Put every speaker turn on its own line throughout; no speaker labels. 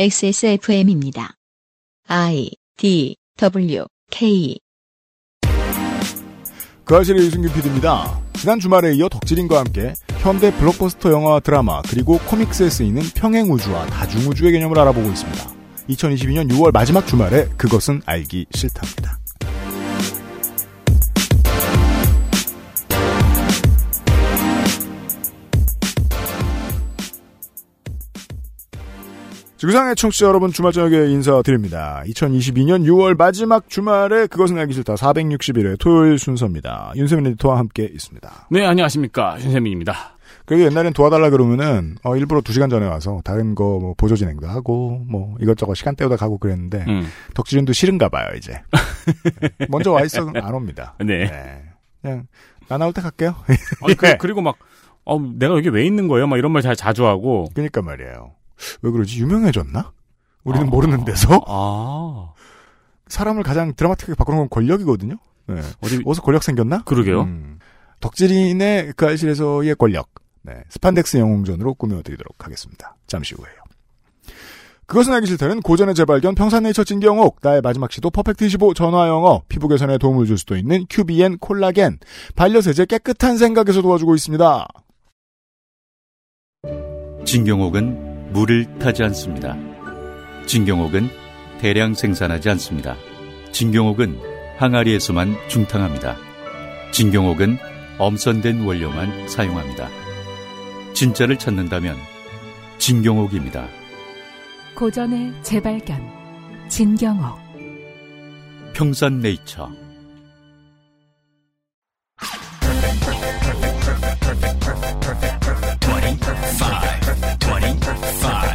XSFM입니다. I D W K
그 아실의 유승균 PD입니다. 지난 주말에 이어 덕질인과 함께 현대 블록버스터 영화와 드라마 그리고 코믹스에 쓰이는 평행우주와 다중우주의 개념을 알아보고 있습니다. 2022년 6월 마지막 주말에 그것은 알기 싫답니다. 지구상의 청취자 여러분 주말 저녁에 인사드립니다. 2022년 6월 마지막 주말에 그것은 알기 싫다 461회 토요일 순서입니다. 윤세민 에디터와 함께 있습니다.
네, 안녕하십니까. 신세민입니다.
그리고 옛날엔 도와달라 그러면은 어, 일부러 2시간 전에 와서 다른 거 뭐 보조 진행도 하고 뭐 이것저것 시간 때우다 가고 그랬는데
음.
덕질인도 싫은가 봐요 이제. 네. 먼저 와 있어 안 옵니다.
네.
그냥 나 나올 때 갈게요.
아니,
예.
그, 그리고 막, 어, 내가 여기 왜 있는 거예요? 막 이런 말 잘 자주 하고.
그러니까 말이에요. 왜 그러지? 유명해졌나? 우리는
아.
모르는 데서
아,
사람을 가장 드라마틱하게 바꾸는 건 권력이거든요. 네.
어디,
어디서 권력 생겼나?
그러게요.
음. 덕질인의 그 알실에서의 권력. 네. 스판덱스 영웅전으로 꾸며드리도록 하겠습니다. 잠시 후에요. 그것은 알기 싫다는 고전의 재발견 평산네이처 진경옥 나의 마지막 시도 퍼펙트25 전화영어 피부 개선에 도움을 줄 수도 있는 큐비엔 콜라겐 반려세제 깨끗한 생각에서 도와주고 있습니다.
진경옥은 물을 타지 않습니다. 진경옥은 대량 생산하지 않습니다. 진경옥은 항아리에서만 중탕합니다. 진경옥은 엄선된 원료만 사용합니다. 진짜를 찾는다면 진경옥입니다.
고전의 재발견 진경옥
평산네이처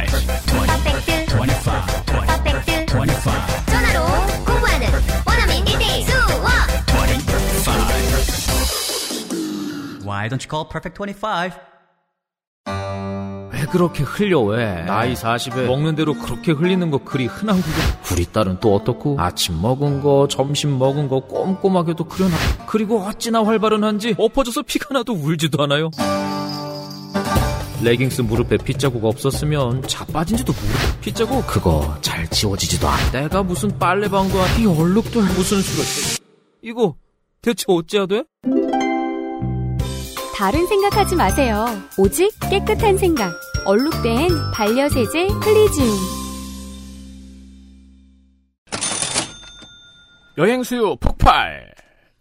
퍼펙트 25 25 전화로 공부하는 원어민 1대1 수업
Why don't you call Perfect 25?
왜 그렇게 흘려 왜 나이 40에 먹는 대로 그렇게 흘리는 거 그리 흔한 거고 우리 딸은 또 어떻고 아침 먹은 거 점심 먹은 거 꼼꼼하게도 그려놔 그리고 어찌나 활발은 한지 엎어져서 피가 나도 울지도 않아요 레깅스 무릎에 핏자국 없었으면 자빠진지도 모르고 핏자국 그거 잘 지워지지도 않아 내가 무슨 빨래방도 아니 얼룩도 아니 무슨 수를 이거 대체 어째야 돼?
다른 생각하지 마세요. 오직 깨끗한 생각. 얼룩된 반려세제 클리징.
여행 수요 폭발.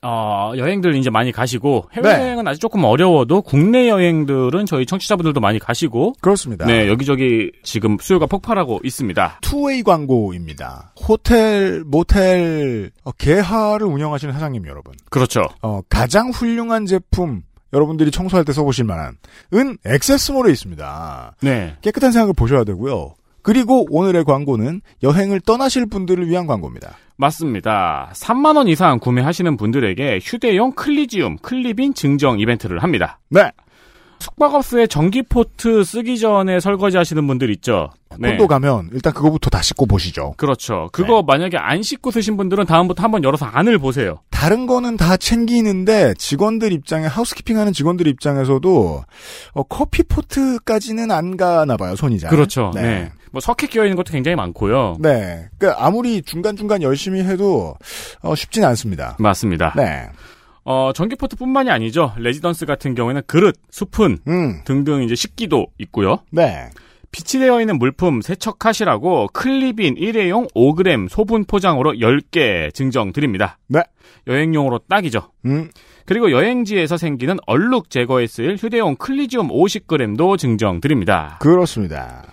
어, 여행들 이제 많이 가시고, 해외여행은 아직 조금 어려워도, 국내 여행들은 저희 청취자분들도 많이 가시고,
그렇습니다.
네, 여기저기 지금 수요가 폭발하고 있습니다.
투웨이 광고입니다. 호텔, 모텔, 어, 개하를 운영하시는 사장님 여러분.
그렇죠.
어, 가장 훌륭한 제품, 여러분들이 청소할 때 써보실 만한, 은 액세스몰에 있습니다.
네.
깨끗한 생각을 보셔야 되고요. 그리고 오늘의 광고는 여행을 떠나실 분들을 위한 광고입니다.
맞습니다. 3만원 이상 구매하시는 분들에게 휴대용 클리지움, 클리빈 증정 이벤트를 합니다.
네.
숙박업소에 전기포트 쓰기 전에 설거지 하시는 분들 있죠?
콘도 네. 가면 일단 그거부터 다 씻고 보시죠.
그렇죠. 그거 만약에 안 씻고 쓰신 분들은 다음부터 한번 열어서 안을 보세요.
다른 거는 다 챙기는데 직원들 입장에 하우스키핑 하는 직원들 입장에서도 어, 커피 포트까지는 안 가나 봐요, 손이 잘.
그렇죠. 네. 뭐 석회 끼어 있는 것도 굉장히 많고요.
네. 그러니까 아무리 중간중간 열심히 해도 어, 쉽진 않습니다.
맞습니다.
네.
어, 전기포트뿐만이 아니죠. 레지던스 같은 경우에는 그릇, 수푼
음.
등등 이제 식기도 있고요.
네.
비치되어 있는 물품 세척하시라고 클리빈 일회용 5g 소분 포장으로 10개 증정 드립니다.
네.
여행용으로 딱이죠.
음.
그리고 여행지에서 생기는 얼룩 제거에 쓰일 휴대용 클리지움 50g도 증정 드립니다.
그렇습니다.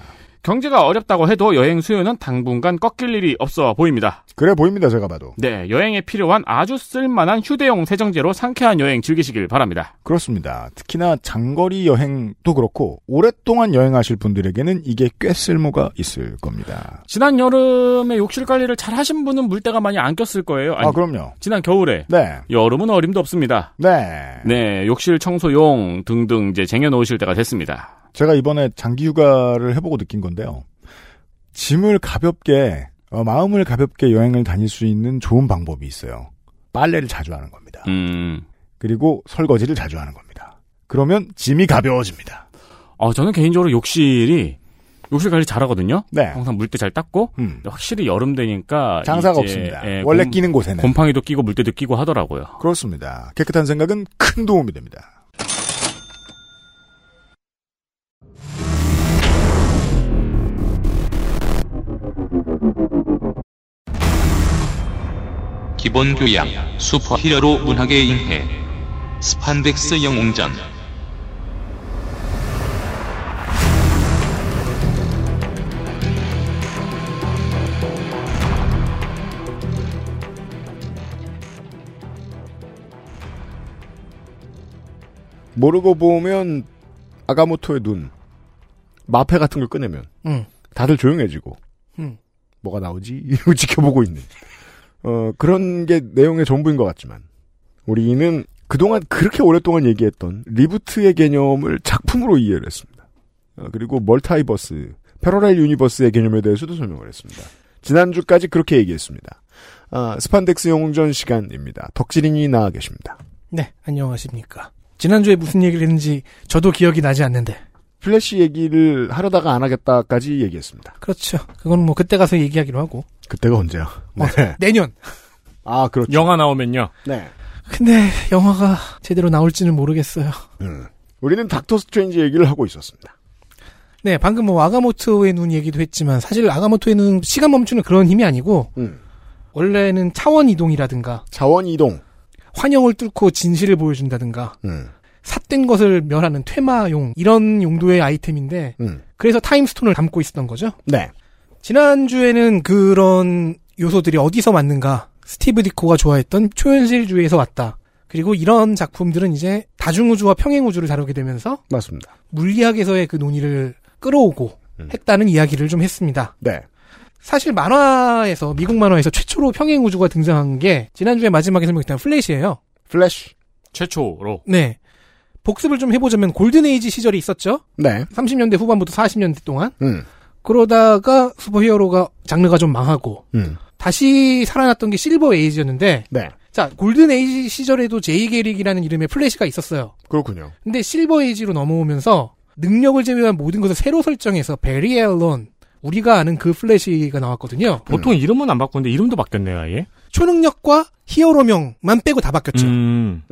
경제가 어렵다고 해도 여행 수요는 당분간 꺾일 일이 없어 보입니다.
그래 보입니다, 제가 봐도.
네, 여행에 필요한 아주 쓸만한 휴대용 세정제로 상쾌한 여행 즐기시길 바랍니다.
그렇습니다. 특히나 장거리 여행도 그렇고, 오랫동안 여행하실 분들에게는 이게 꽤 쓸모가 있을 겁니다.
지난 여름에 욕실 관리를 잘 하신 분은 물때가 많이 안 꼈을 거예요. 아니,
아, 그럼요.
지난 겨울에.
네.
여름은 어림도 없습니다.
네.
네, 욕실 청소용 등등 이제 쟁여놓으실 때가 됐습니다.
제가 이번에 장기 휴가를 해보고 느낀 건데요. 짐을 가볍게, 어, 마음을 가볍게 여행을 다닐 수 있는 좋은 방법이 있어요. 빨래를 자주 하는 겁니다.
음,
그리고 설거지를 자주 하는 겁니다. 그러면 짐이 가벼워집니다.
아, 어, 저는 개인적으로 욕실이
욕실 관리 잘하거든요.
네.
항상 물때 잘 닦고
음.
근데 확실히 여름
아,
되니까
장사가
이제,
없습니다.
예,
원래
곰-
끼는 곳에는.
곰팡이도 끼고 물때도 끼고 하더라고요.
그렇습니다. 깨끗한 생각은 큰 도움이 됩니다.
기본 교양, 슈퍼 히어로 문학의 인해, 스판덱스 영웅전.
모르고 보면 아가모토의 눈 마패 같은 걸 꺼내면
음.
다들 조용해지고
음.
뭐가 나오지 이러고 지켜보고 있는 어, 그런 게 내용의 전부인 것 같지만 우리는 그동안 그렇게 오랫동안 얘기했던 리부트의 개념을 작품으로 이해를 했습니다. 어, 그리고 멀타이버스, 패러렐 유니버스의 개념에 대해서도 설명을 했습니다. 지난주까지 그렇게 얘기했습니다. 아, 스판덱스 영웅전 시간입니다. 덕질인이 나와 계십니다.
네, 안녕하십니까. 지난주에 무슨 얘기를 했는지 저도 기억이 나지 않는데.
플래시 얘기를 하려다가 안 하겠다까지 얘기했습니다.
그렇죠. 그건 뭐 그때 가서 얘기하기로 하고.
그때가 언제야? 네.
내년.
아, 그렇죠.
영화 나오면요.
네.
근데 영화가 제대로 나올지는 모르겠어요.
음. 우리는 닥터 스트레인지 얘기를 하고 있었습니다.
네, 방금 뭐 아가모토의 눈 얘기도 했지만 사실 아가모토의 눈 시간 멈추는 그런 힘이 아니고
음.
원래는 차원 이동이라든가
차원 이동,
환영을 뚫고 진실을 보여준다든가
음.
삿된 것을 멸하는 퇴마용 이런 용도의 아이템인데
음.
그래서 타임스톤을 담고 있었던 거죠.
네.
지난주에는 그런 요소들이 어디서 왔는가? 스티브 디코가 좋아했던 초현실주의에서 왔다. 그리고 이런 작품들은 이제 다중우주와 평행우주를 다루게 되면서
맞습니다.
물리학에서의 그 논의를 끌어오고
음.
했다는 이야기를 좀 했습니다.
네.
사실 만화에서 미국 만화에서 최초로 평행우주가 등장한 게 지난주에 마지막에 설명했던 플래시예요.
플래시.
최초로.
네. 복습을 좀 해보자면 골든에이지 시절이 있었죠.
네.
30년대 후반부터 40년대 동안
음.
그러다가 슈퍼히어로가 장르가 좀 망하고
음.
다시 살아났던 게 실버 에이지였는데
네.
자 골든 에이지 시절에도 제이 게릭이라는 이름의 플래시가 있었어요.
그렇군요.
근데 실버 에이지로 넘어오면서 능력을 제외한 모든 것을 새로 설정해서 베리 앨런 우리가 아는 그 플래시가 나왔거든요.
보통 이름은 안 바꾸는데 이름도 바뀌었네요, 아예.
초능력과 히어로명만 빼고 다 바뀌었죠.
음.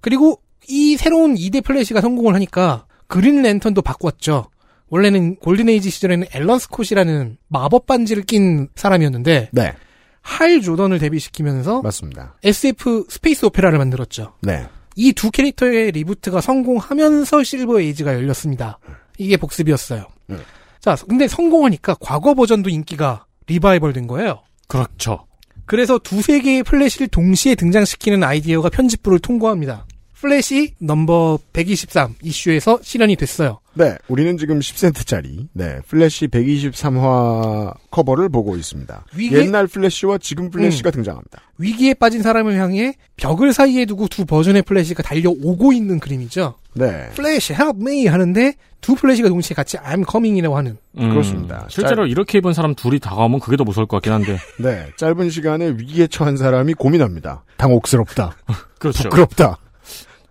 그리고 이 새로운 2대 플래시가 성공을 하니까 그린 랜턴도 바꿨죠. 원래는 골든에이지 시절에는 앨런 스콧이라는 마법 반지를 낀 사람이었는데
네.
할 조던을 데뷔시키면서
맞습니다.
SF 스페이스 오페라를 만들었죠.
네.
이 두 캐릭터의 리부트가 성공하면서 실버 에이지가 열렸습니다. 이게 복습이었어요.
음.
자, 근데 성공하니까 과거 버전도 인기가 리바이벌 된 거예요.
그렇죠.
그래서 두세 개의 플래시를 동시에 등장시키는 아이디어가 편집부를 통과합니다. 플래시 넘버 123 이슈에서 실현이 됐어요.
네. 우리는 지금 10센트짜리 네. 플래시 123화 커버를 보고 있습니다.
위기-
옛날 플래시와 지금 플래시가
음.
등장합니다.
위기에 빠진 사람을 향해 벽을 사이에 두고 두 버전의 플래시가 달려오고 있는 그림이죠.
네.
플래시 help me 하는데 두 플래시가 동시에 같이 I'm coming이라고 하는
그렇습니다.
음. 실제로 이렇게 입은 사람 둘이 다가오면 그게 더 무서울 것 같긴 한데.
네. 짧은 시간에 위기에 처한 사람이 고민합니다. 당혹스럽다.
그렇죠.
부끄럽다.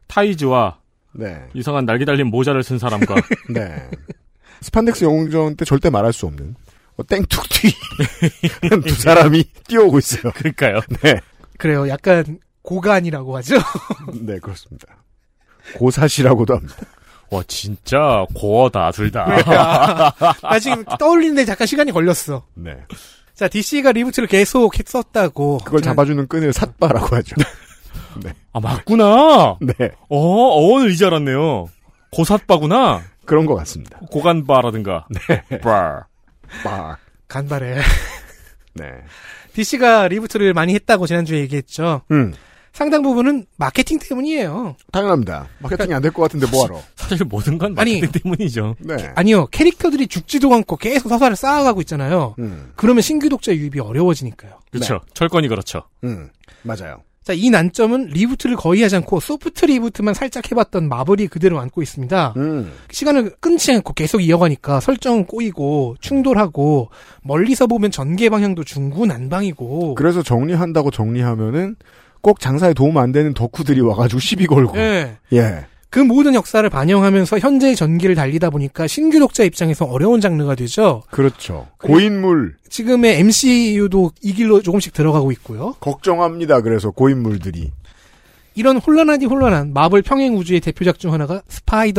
타이즈와
네.
이상한 날개 달린 모자를 쓴 사람과
네. 스판덱스 영웅전 때 절대 말할 수 없는 어, 땡툭튀 두 사람이 뛰어오고 있어요.
그러니까요.
네.
그래요. 약간 고간이라고 하죠.
네, 그렇습니다. 고사시라고도 합니다.
와 진짜 고어다 둘 다.
나 지금 떠올리는데 잠깐 시간이 걸렸어.
네.
자, DC가 리부트를 계속 했었다고.
그걸 잡아주는 끈을 삿바라고 하죠.
아 맞구나.
네.
어 어원을 이제 알았네요. 고삿바구나.
그런 것 같습니다.
고간바라든가.
네.
바.
바.
간발해.
네.
DC가 리부트를 많이 했다고 지난주에 얘기했죠.
음,
상당 부분은 마케팅 때문이에요.
당연합니다. 마케팅이 안 될 것 같은데 뭐하러.
사실 모든 건
아니,
때문이죠.
네.
아니요. 캐릭터들이 죽지도 않고 계속 서사를 쌓아가고 있잖아요.
음,
그러면 신규 독자 유입이 어려워지니까요.
그렇죠. 철권이 그렇죠.
음, 맞아요.
자, 이 난점은 리부트를 거의 하지 않고 소프트 리부트만 살짝 해봤던 마블이 그대로 안고 있습니다.
음,
시간을 끊지 않고 계속 이어가니까 설정은 꼬이고 충돌하고 멀리서 보면 전개 방향도 중구난방이고
그래서 정리한다고 정리하면은 꼭 장사에 도움 안 되는 덕후들이 와가지고 시비 걸고.
예.
예.
그 모든 역사를 반영하면서 현재의 전기를 달리다 보니까 신규 독자 입장에서 어려운 장르가 되죠.
그렇죠. 고인물.
지금의 MCU도 이 길로 조금씩 들어가고 있고요.
걱정합니다. 그래서 고인물들이.
이런 혼란하니 혼란한 마블 평행 우주의 대표작 중 하나가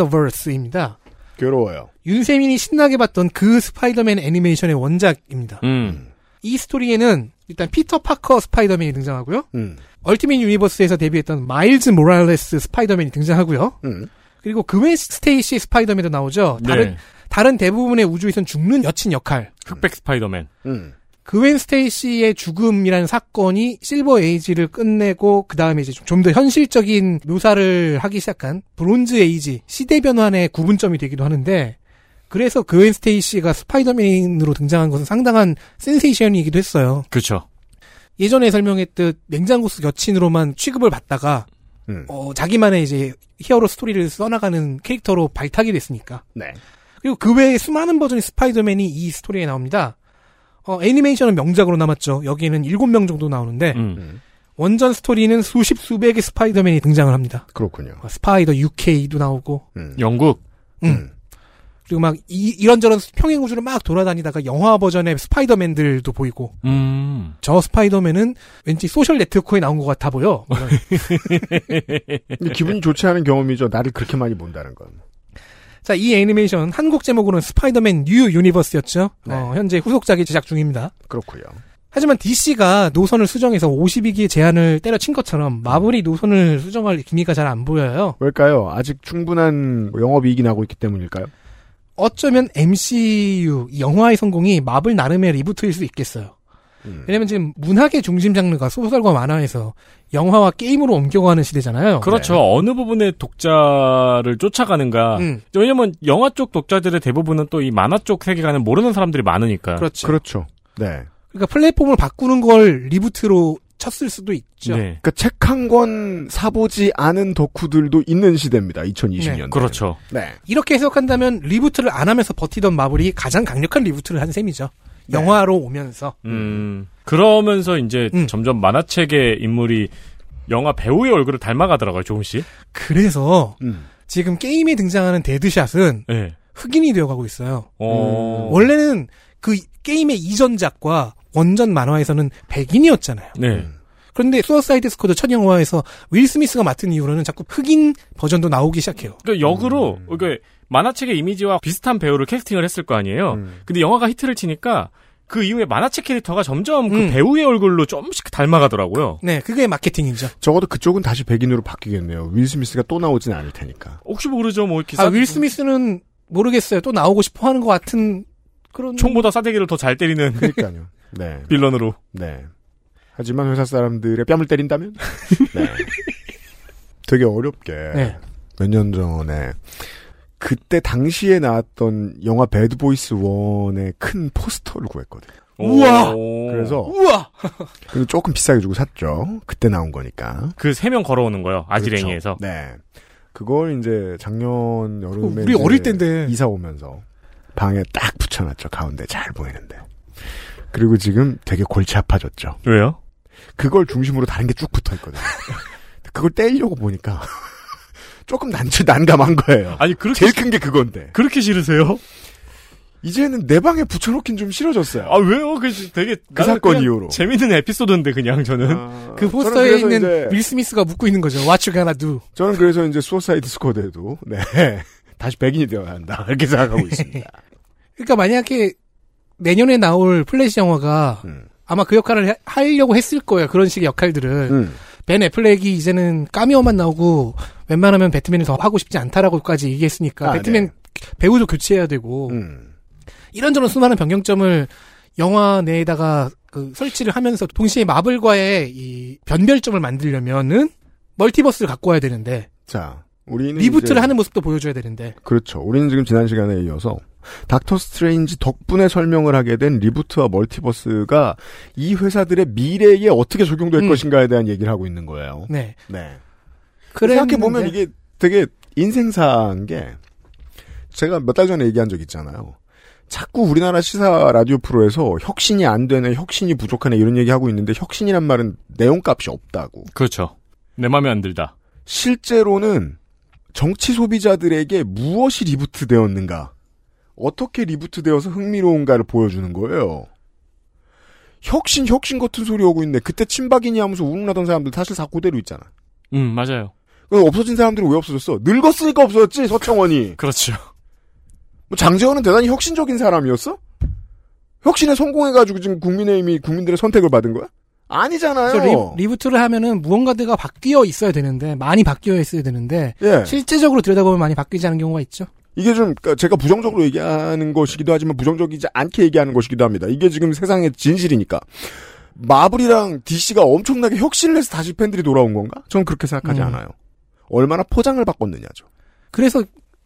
스파이더버스입니다.
괴로워요.
윤세민이 신나게 봤던 그 스파이더맨 애니메이션의 원작입니다.
음.
이 스토리에는 일단 피터 파커 스파이더맨이 등장하고요.
음.
얼티밋 유니버스에서 데뷔했던 마일즈 모랄레스 스파이더맨이 등장하고요.
음.
그리고 그 외 스테이시 스파이더맨도 나오죠. 다른
네.
다른 대부분의 우주에선 죽는 여친 역할.
흑백 스파이더맨.
음,
그웬 스테이시의 죽음이라는 사건이 실버 에이지를 끝내고 그 다음에 이제 좀 더 현실적인 묘사를 하기 시작한 브론즈 에이지 시대 변환의 구분점이 되기도 하는데 그래서 그웬 스테이시가 스파이더맨으로 등장한 것은 상당한 센세이션이기도 했어요.
그렇죠.
예전에 설명했듯 냉장고 속 여친으로만 취급을 받다가
음.
어, 자기만의 이제 히어로 스토리를 써나가는 캐릭터로 발탁이 됐으니까.
네.
그리고 그 외에 수많은 버전의 스파이더맨이 이 스토리에 나옵니다. 어, 애니메이션은 명작으로 남았죠. 여기에는 7명 정도 나오는데
네. 음.
원전 스토리는 수십 수백의 스파이더맨이 등장을 합니다.
그렇군요. 음,
어, 스파이더 UK도 나오고
영국.
그리고 막 이, 이런저런 평행 우주를 막 돌아다니다가 영화 버전의 스파이더맨들도 보이고
음.
저 스파이더맨은 왠지 소셜 네트워크에 나온 것 같아 보여. 뭐 이런.
근데 기분이 좋지 않은 경험이죠. 나를 그렇게 많이 본다는 건.
자, 이 애니메이션 한국 제목으로는 스파이더맨 뉴 유니버스였죠. 어, 현재 후속작이 제작 중입니다.
그렇고요.
하지만 DC가 노선을 수정해서 52기의 제한을 때려친 것처럼 마블이 노선을 수정할 기미가 잘 안 보여요.
왜일까요? 아직 충분한 영업이익이 나고 있기 때문일까요?
어쩌면 MCU 이 영화의 성공이 마블 나름의 리부트일 수 있겠어요.
음.
왜냐면 지금 문학의 중심 장르가 소설과 만화에서 영화와 게임으로 옮겨가는 시대잖아요.
그렇죠. 어느 부분의 독자를 쫓아가는가.
음.
왜냐면 영화 쪽 독자들의 대부분은 또 이 만화 쪽 세계관을 모르는 사람들이 많으니까.
그렇죠.
그렇죠. 네.
그러니까 플랫폼을 바꾸는 걸 리부트로 쳤을 수도
네.
있죠.
그러니까 책 한 권 사보지 않은 덕후들도 있는 시대입니다. 2020년.
네.
그렇죠.
네.
이렇게 해석한다면 리부트를 안 하면서 버티던 마블이 가장 강력한 리부트를 한 셈이죠. 영화로 오면서.
음. 그러면서 이제
음.
점점 만화책의 인물이 영화 배우의 얼굴을 닮아가더라고요, 조금씩.
그래서
음,
지금 게임에 등장하는 데드샷은
네.
흑인이 되어가고 있어요.
어.
음, 원래는 그 게임의 이전작과 원전 만화에서는 백인이었잖아요.
네.
그런데 수어사이드 스쿼드 첫 영화에서 윌 스미스가 맡은 이후로는 자꾸 흑인 버전도 나오기 시작해요.
그러니까 역으로
음.
그러니까 만화책의 이미지와 비슷한 배우를 캐스팅을 했을 거
음.
아니에요.
음.
근데 영화가 히트를 치니까 그 이후에 만화책 캐릭터가 점점 그 배우의 얼굴로 조금씩 닮아가더라고요.
네, 그게 마케팅이죠.
적어도 그쪽은 다시 백인으로 바뀌겠네요. 윌 스미스가 또 나오진 않을 테니까.
혹시 모르죠, 뭐 이렇게
아, 윌 스미스는 모르겠어요. 또 나오고 싶어 하는 것 같은 그런
총보다 싸대기를 더 잘 때리는
그러니까요. 네.
빌런으로.
네. 하지만 회사 사람들의 뺨을 때린다면? 네. 되게 어렵게.
네.
몇 년 전에. 그때 당시에 나왔던 영화 배드보이스 1의 큰 포스터를 구했거든요.
우와!
그래서.
우와!
그리고 조금 비싸게 주고 샀죠. 그때 나온 거니까.
그 세 명 걸어오는 거예요. 아지랭이에서.
네. 그걸 이제 작년 여름에
그
이제
우리 어릴 땐데.
이사 오면서 방에 딱 붙여놨죠 가운데 잘 보이는데 그리고 지금 되게 골치 아파졌죠
왜요?
그걸 중심으로 다른 게 쭉 붙어 있거든요 그걸 떼려고 보니까 조금 난 난감한 거예요
아니 그렇게
제일 큰 게 그건데
그렇게 싫으세요?
이제는 내 방에 붙여놓긴 좀 싫어졌어요
아 왜요? 그 되게
그
나는
사건
그냥
이후로
재밌는 에피소드인데 그냥 저는
그
저는
포스터에
그래서
있는
이제-
윌 스미스가 묻고 있는 거죠. What you gonna do?
저는 그래서 이제 수어사이드 스쿼드에도 네 다시 백인이 되어야 한다 이렇게 생각하고 있습니다
그러니까 만약에 내년에 나올 플래시 영화가
음.
아마 그 역할을 해- 하려고 했을 거예요. 그런 식의 역할들을.
음.
벤 애플렉이 이제는 까미어만 나오고 웬만하면 배트맨을 더 하고 싶지 않다라고까지 얘기했으니까
아, 음.
배트맨 배우도 교체해야 되고 이런저런 수많은 변경점을 영화 내에다가 그 설치를 하면서 동시에 마블과의 이 변별점을 만들려면은 멀티버스를 갖고 와야 되는데
자 우리는 음,
리부트를
이제-
하는 모습도 보여줘야 되는데
그렇죠. 우리는 지금 지난 시간에 이어서 닥터 스트레인지 덕분에 설명을 하게 된 리부트와 멀티버스가 이 회사들의 미래에 어떻게 적용될
음.
것인가에 대한 얘기를 하고 있는 거예요.
네.
네.
그랬는데-
생각해 보면 이게 되게 인생사인 게 제가 몇 달 전에 얘기한 적 있잖아요. 자꾸 우리나라 시사 라디오 프로에서 혁신이 안 되네, 혁신이 부족하네 이런 얘기 하고 있는데 혁신이란 말은 내용값이 없다고.
그렇죠. 내 마음에 안 들다.
실제로는 정치 소비자들에게 무엇이 리부트되었는가, 어떻게 리부트되어서 흥미로운가를 보여주는 거예요. 혁신, 혁신 같은 소리 하고 있네. 그때 친박이니 하면서 우롱나던 사람들 사실 다 그대로 있잖아.
음, 맞아요.
그럼 없어진 사람들은 왜 없어졌어? 늙었으니까 없어졌지, 서청원이.
그렇죠.
뭐 장재원은 대단히 혁신적인 사람이었어? 혁신에 성공해가지고 지금 국민의힘이 국민들의 선택을 받은 거야? 아니잖아요.
그래서 리, 부트를 하면은 무언가들과 바뀌어 있어야 되는데 많이 바뀌어 있어야 되는데
예.
실제적으로 들여다보면 많이 바뀌지 않은 경우가 있죠.
이게 좀 그러니까 제가 부정적으로 얘기하는 것이기도 하지만 부정적이지 않게 얘기하는 것이기도 합니다. 이게 지금 세상의 진실이니까. 마블이랑 DC가 엄청나게 혁신을 해서 다시 팬들이 돌아온 건가? 저는 그렇게 생각하지
음.
않아요. 얼마나 포장을 바꿨느냐죠.
그래서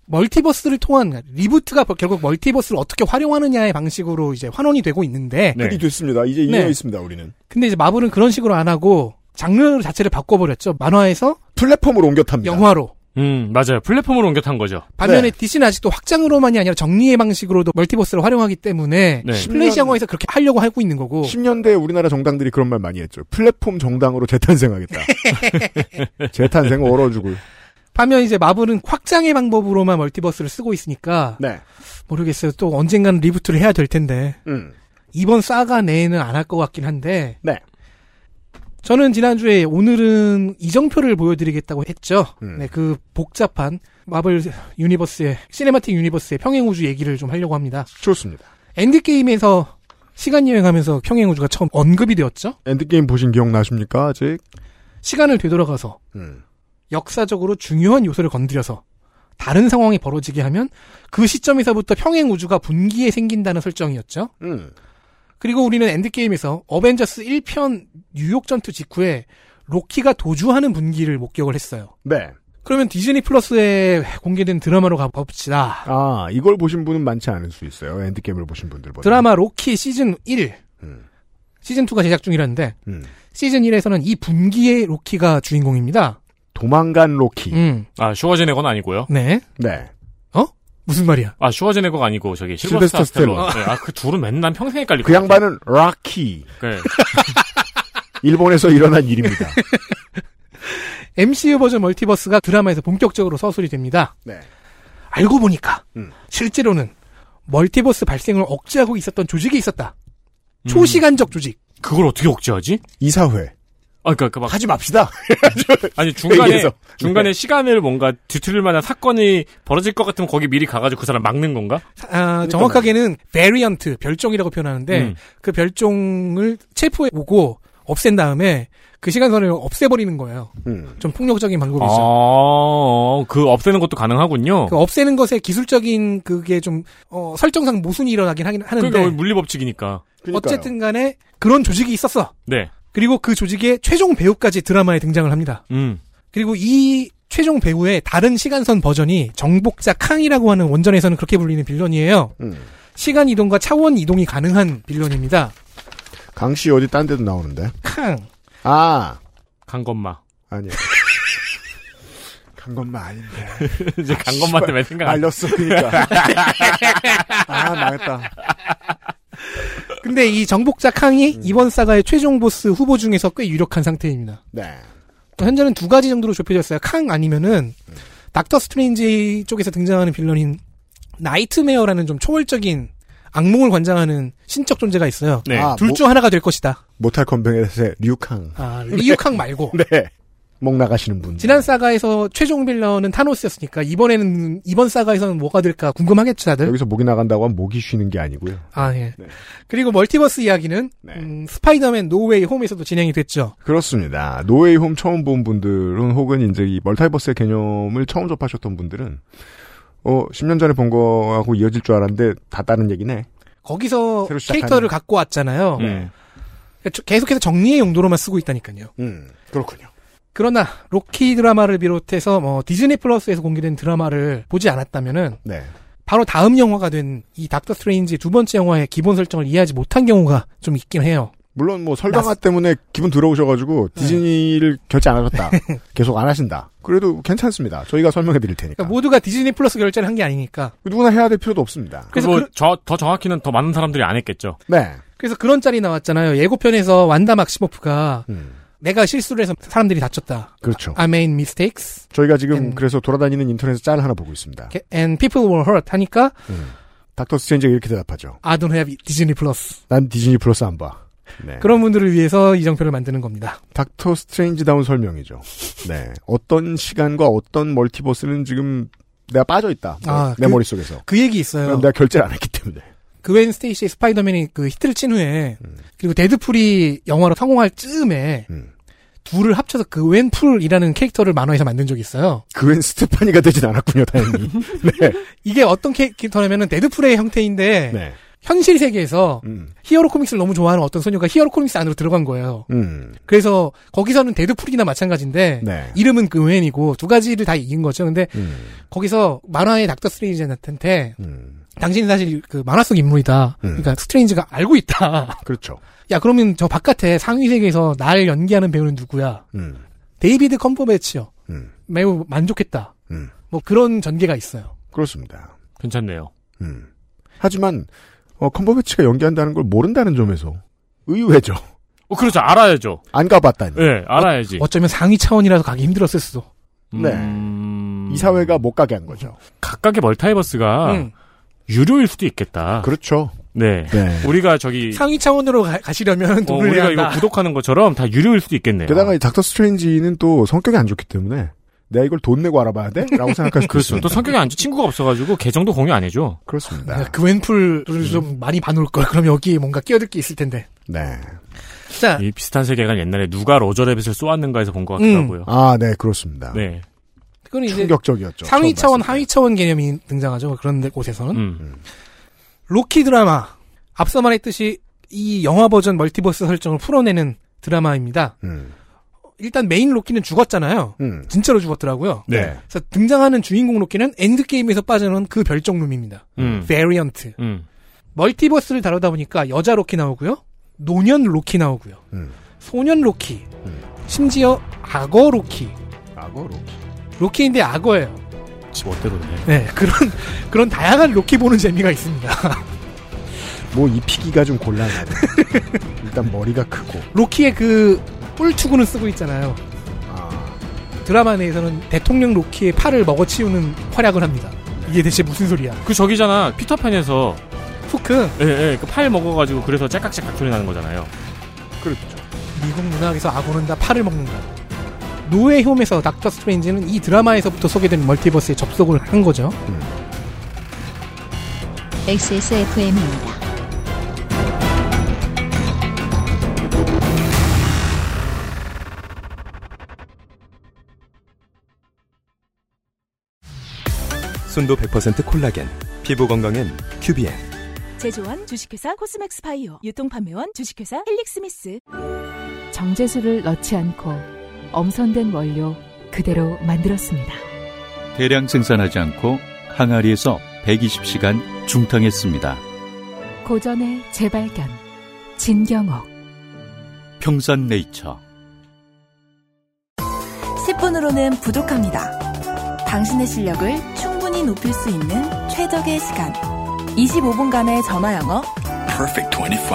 멀티버스를 통한 리부트가 결국 멀티버스를 어떻게 활용하느냐의 방식으로 이제 환원이 되고 있는데
그이 됐습니다. 이제 이해 있습니다. 우리는
근데 이제 마블은 그런 식으로 안 하고 장르 자체를 바꿔버렸죠. 만화에서
플랫폼으로 옮겨 탑니다.
영화로.
음, 맞아요. 플랫폼으로 옮겨 탄 거죠.
네.
반면에 DC는 아직도 확장으로만이 아니라 정리의 방식으로도 멀티버스를 활용하기 때문에
네.
플래시 영화에서 그렇게 하려고 하고 있는 거고
10년대 우리나라 정당들이 그런 말 많이 했죠. 플랫폼 정당으로 재탄생하겠다. 재탄생 얼어주고.
반면 이제 마블은 확장의 방법으로만 멀티버스를 쓰고 있으니까
네.
모르겠어요. 또 언젠가는 리부트를 해야 될 텐데
음.
이번 사가 내에는 안 할 것 같긴 한데
네.
저는 지난주에 오늘은 이정표를 보여드리겠다고 했죠.
음.
네, 그 복잡한 마블 유니버스의 시네마틱 유니버스의 평행 우주 얘기를 좀 하려고 합니다.
좋습니다.
엔드 게임에서 시간 여행하면서 평행 우주가 처음 언급이 되었죠.
엔드게임 보신 기억 나십니까? 아직?
시간을 되돌아가서
음.
역사적으로 중요한 요소를 건드려서 다른 상황이 벌어지게 하면 그 시점에서부터 평행 우주가 분기에 생긴다는 설정이었죠.
음.
그리고 우리는 엔드게임에서 어벤져스 1편 뉴욕 전투 직후에 로키가 도주하는 분기를 목격을 했어요.
네.
그러면 디즈니 플러스에 공개된 드라마로 가봅시다.
아, 이걸 보신 분은 많지 않을 수 있어요. 엔드게임을 보신 분들보다.
드라마 로키 시즌 1. 시즌 2가 제작 중이라는데
음.
시즌 1에서는 이 분기의 로키가 주인공입니다.
도망간 로키.
음.
아, 슈워제네거는 아니고요.
네.
네.
어? 무슨 말이야?
아, 슈워제네거가 아니고 저기
실베스터
실버스타 스텔론.
스텔론.
네, 아, 그 둘은 맨날 평생 헷갈리고.
그 양반은 락키.
네.
일본에서 일어난 일입니다.
MCU 버전 멀티버스가 드라마에서 본격적으로 서술이 됩니다.
네.
알고 보니까
음.
실제로는 멀티버스 발생을 억제하고 있었던 조직이 있었다. 초시간적 조직.
그걸 어떻게 억제하지?
이사회.
아, 그러니까 그 막.
하지 맙시다.
아니 중간에
얘기해서.
중간에
네.
시간을 뭔가 뒤틀릴 만한 사건이 벌어질 것 같으면 거기 미리 가가지고 그 사람 막는 건가?
아, 정확하게는 베리언트 별종이라고 표현하는데
음.
그 별종을 체포해 오고 없앤 다음에 그 시간선을 없애버리는 거예요.
음.
좀 폭력적인 방법이죠.
아, 그 없애는 것도 가능하군요.
그 없애는 것에 기술적인 그게 좀 어, 설정상 모순이 일어나긴 하긴 하는데
그러니까 물리 법칙이니까.
어쨌든 간에 그런 조직이 있었어.
네.
그리고 그 조직의 최종 배우까지 드라마에 등장을 합니다.
음.
그리고 이 최종 배우의 다른 시간선 버전이 정복자 캉이라고 하는 원전에서는 그렇게 불리는 빌런이에요.
음.
시간 이동과 차원 이동이 가능한 빌런입니다.
강씨 어디 딴 데도 나오는데.
캉.
아.
강건마.
아니요. 간 것만 아닌데.
이제 간
아,
것만
씨발.
때문에 생각 안-
알렸어, 그니까. 아, 망했다.
근데 이 정복자
음.
캉이 이번 사가의 최종 보스 후보 중에서 꽤 유력한 상태입니다.
네.
또 현재는 두 가지 정도로 좁혀졌어요. 캉 아니면은
네.
닥터 스트레인지 쪽에서 등장하는 빌런인 나이트메어라는 좀 초월적인 악몽을 관장하는 신적 존재가 있어요.
네. 아,
둘
뭐-
중 하나가 될 것이다.
모탈 컴백에서의 류캉.
아, 리우캉 말고.
네. 목 나가시는 분.
지난 사가에서 최종 빌런은 타노스였으니까 이번에는 이번 사가에서는 뭐가 될까 궁금하겠죠, 다들.
여기서 네. 목이 나간다고 하면 목이 쉬는 게 아니고요.
아, 예. 그리고 멀티버스 이야기는
네.
음, 스파이더맨 노웨이 홈에서도 진행이 됐죠.
그렇습니다. 노웨이 홈 처음 본 분들은 혹은 이제 이 멀타이버스의 개념을 처음 접하셨던 분들은 어 10년 전에 본 거하고 이어질 줄 알았는데 다 다른 얘기네.
거기서
새로 시작하는-
캐릭터를 갖고 왔잖아요.
네.
그러니까 저- 계속해서 정리의 용도로만 쓰고 있다니까요.
음 그렇군요.
그러나 로키 드라마를 비롯해서 뭐 디즈니 플러스에서 공개된 드라마를 보지 않았다면은
네.
바로 다음 영화가 된 이 닥터 스트레인지 두 번째 영화의 기본 설정을 이해하지 못한 경우가 좀 있긴 해요.
물론 뭐 설명화
나스-
때문에 기분 들어오셔가지고 디즈니를 결제 안 하셨다. 계속 안 하신다. 그래도 괜찮습니다. 저희가 설명해 드릴 테니까. 뭐
그러니까 모두가 디즈니 플러스 결제를 한 게 아니니까.
누구나 해야 될 필요도 없습니다.
그래서
그래서
뭐
그-
저, 더 정확히는 더 많은 사람들이 안 했겠죠.
네.
그래서 그런 짤이 나왔잖아요. 예고편에서 완다 막시모프가 내가 실수를 해서 사람들이 다쳤다.
음. 그렇죠.
I made mistakes
저희가 지금 그래서 돌아다니는 인터넷 짤 하나 보고 있습니다.
and people were hurt 하니까
음. 닥터 스트레인지가 이렇게 대답하죠.
I don't have 디즈니 플러스.
난 디즈니 플러스 안 봐. 네.
그런 분들을 위해서 이정표를 만드는 겁니다.
닥터 스트레인지다운 설명이죠. 네. 어떤 시간과 어떤 멀티버스는 지금 내가 빠져 있다. 뭐,
아,
내
그-
머릿속에서.
그 얘기 있어요.
그럼 내가 결제를 안 했기 때문에.
그웬 스테이시의 스파이더맨이 그 히트를 친 후에
음.
그리고 데드풀이 영화로 성공할 즈음에 둘을 합쳐서 그웬 풀이라는 캐릭터를 만화에서 만든 적이 있어요.
그웬 스테파니가 되진 않았군요, 다행히. 네.
이게 어떤 캐릭터냐면은 데드풀의 형태인데
네.
현실 세계에서
음.
히어로 코믹스를 너무 좋아하는 어떤 소녀가 히어로 코믹스 안으로 들어간 거예요.
음.
그래서 거기서는 데드풀이나 마찬가지인데
네.
이름은 그웬이고 두 가지를 다 이긴 거죠. 근데
음.
거기서 만화의 닥터 스트레인지한테
음.
당신이 사실 그 만화 속 인물이다.
음.
그러니까 스트레인지가 알고 있다.
그렇죠.
야 그러면 저 바깥에 상위 세계에서 날 연기하는 배우는 누구야?
음.
데이비드 컴버배치요.
음.
매우 만족했다.
음.
뭐 그런 전개가 있어요.
그렇습니다.
괜찮네요.
음. 하지만 어, 컴버배치가 연기한다는 걸 모른다는 점에서 의외죠.
어, 그렇죠. 알아야죠.
안 가봤다니.
네, 알아야지.
어쩌면 상위 차원이라서 가기 힘들었을 수도.
네. 이 사회가 못 가게 한 거죠.
음. 각각의 멀타이버스가
음.
유료일 수도 있겠다.
그렇죠.
네. 우리가 저기
상위 차원으로 가, 가시려면
어,
돈을
우리가
내야
이거
한다.
구독하는 것처럼 다 유료일 수도 있겠네요.
게다가 이 닥터 스트레인지는 또 성격이 안 좋기 때문에 내가 이걸 돈 내고 알아봐야 돼? 라고 생각할 수도
그렇죠.
있습니다.
또 성격이 안 좋, 친구가 없어가지고 계정도 공유 안 해줘.
그렇습니다.
야, 그웬 풀을 좀 많이 봐놓을 걸. 그럼 여기 뭔가 끼어들 게 있을 텐데.
네.
자,
이 비슷한 세계관 옛날에 누가 로저레빗을 쏘았는가에서 본 것
아. 음.
같기도 하고요.
아, 네, 그렇습니다.
네.
그건 이제
충격적이었죠.
상위
처음
차원, 하위 차원 개념이 등장하죠. 그런 데- 곳에서는.
음.
로키 드라마. 앞서 말했듯이 이 영화 버전 멀티버스 설정을 풀어내는 드라마입니다.
음.
일단 메인 로키는 죽었잖아요.
음.
진짜로 죽었더라고요.
네.
그래서 등장하는 주인공 로키는 엔드게임에서 빠져나온 그 별정룸입니다.
음.
베리언트.
음.
멀티버스를 다루다 보니까 여자 로키 나오고요. 노년 로키 나오고요.
음.
소년 로키.
음.
심지어 악어 로키.
악어 로키.
로키인데 악어예요.
지멋대로네.
네, 그런 그런 다양한 로키 보는 재미가 있습니다.
뭐 입히기가 좀 곤란하네. 일단 머리가 크고.
로키의 그 뿔투구는 쓰고 있잖아요. 드라마 내에서는 대통령 로키의 팔을 먹어치우는 활약을 합니다. 이게 대체 무슨 소리야?
그 저기잖아. 피터팬에서
후크.
예, 예. 그팔 먹어가지고 그래서 째깍째깍 소리 나는 거잖아요.
그렇죠.
미국 문학에서 악어는 다 팔을 먹는다. 노의 홈에서 닥터 스트레인지는 이 드라마에서부터 소개된 멀티버스에 접속을 한 거죠.
XSFM입니다.
순도 100% 콜라겐 피부 건강엔 큐비엔
제조원 주식회사 코스맥스 바이오 유통판매원 주식회사 헬릭스미스
정제수를 넣지 않고 엄선된 원료 그대로 만들었습니다.
대량 생산하지 않고 항아리에서 120시간 중탕했습니다.
고전의 재발견 진경옥
평산 네이처
10분으로는 부족합니다. 당신의 실력을 충분히 높일 수 있는 최적의 시간. 25분간의 전화 영어
Perfect 25.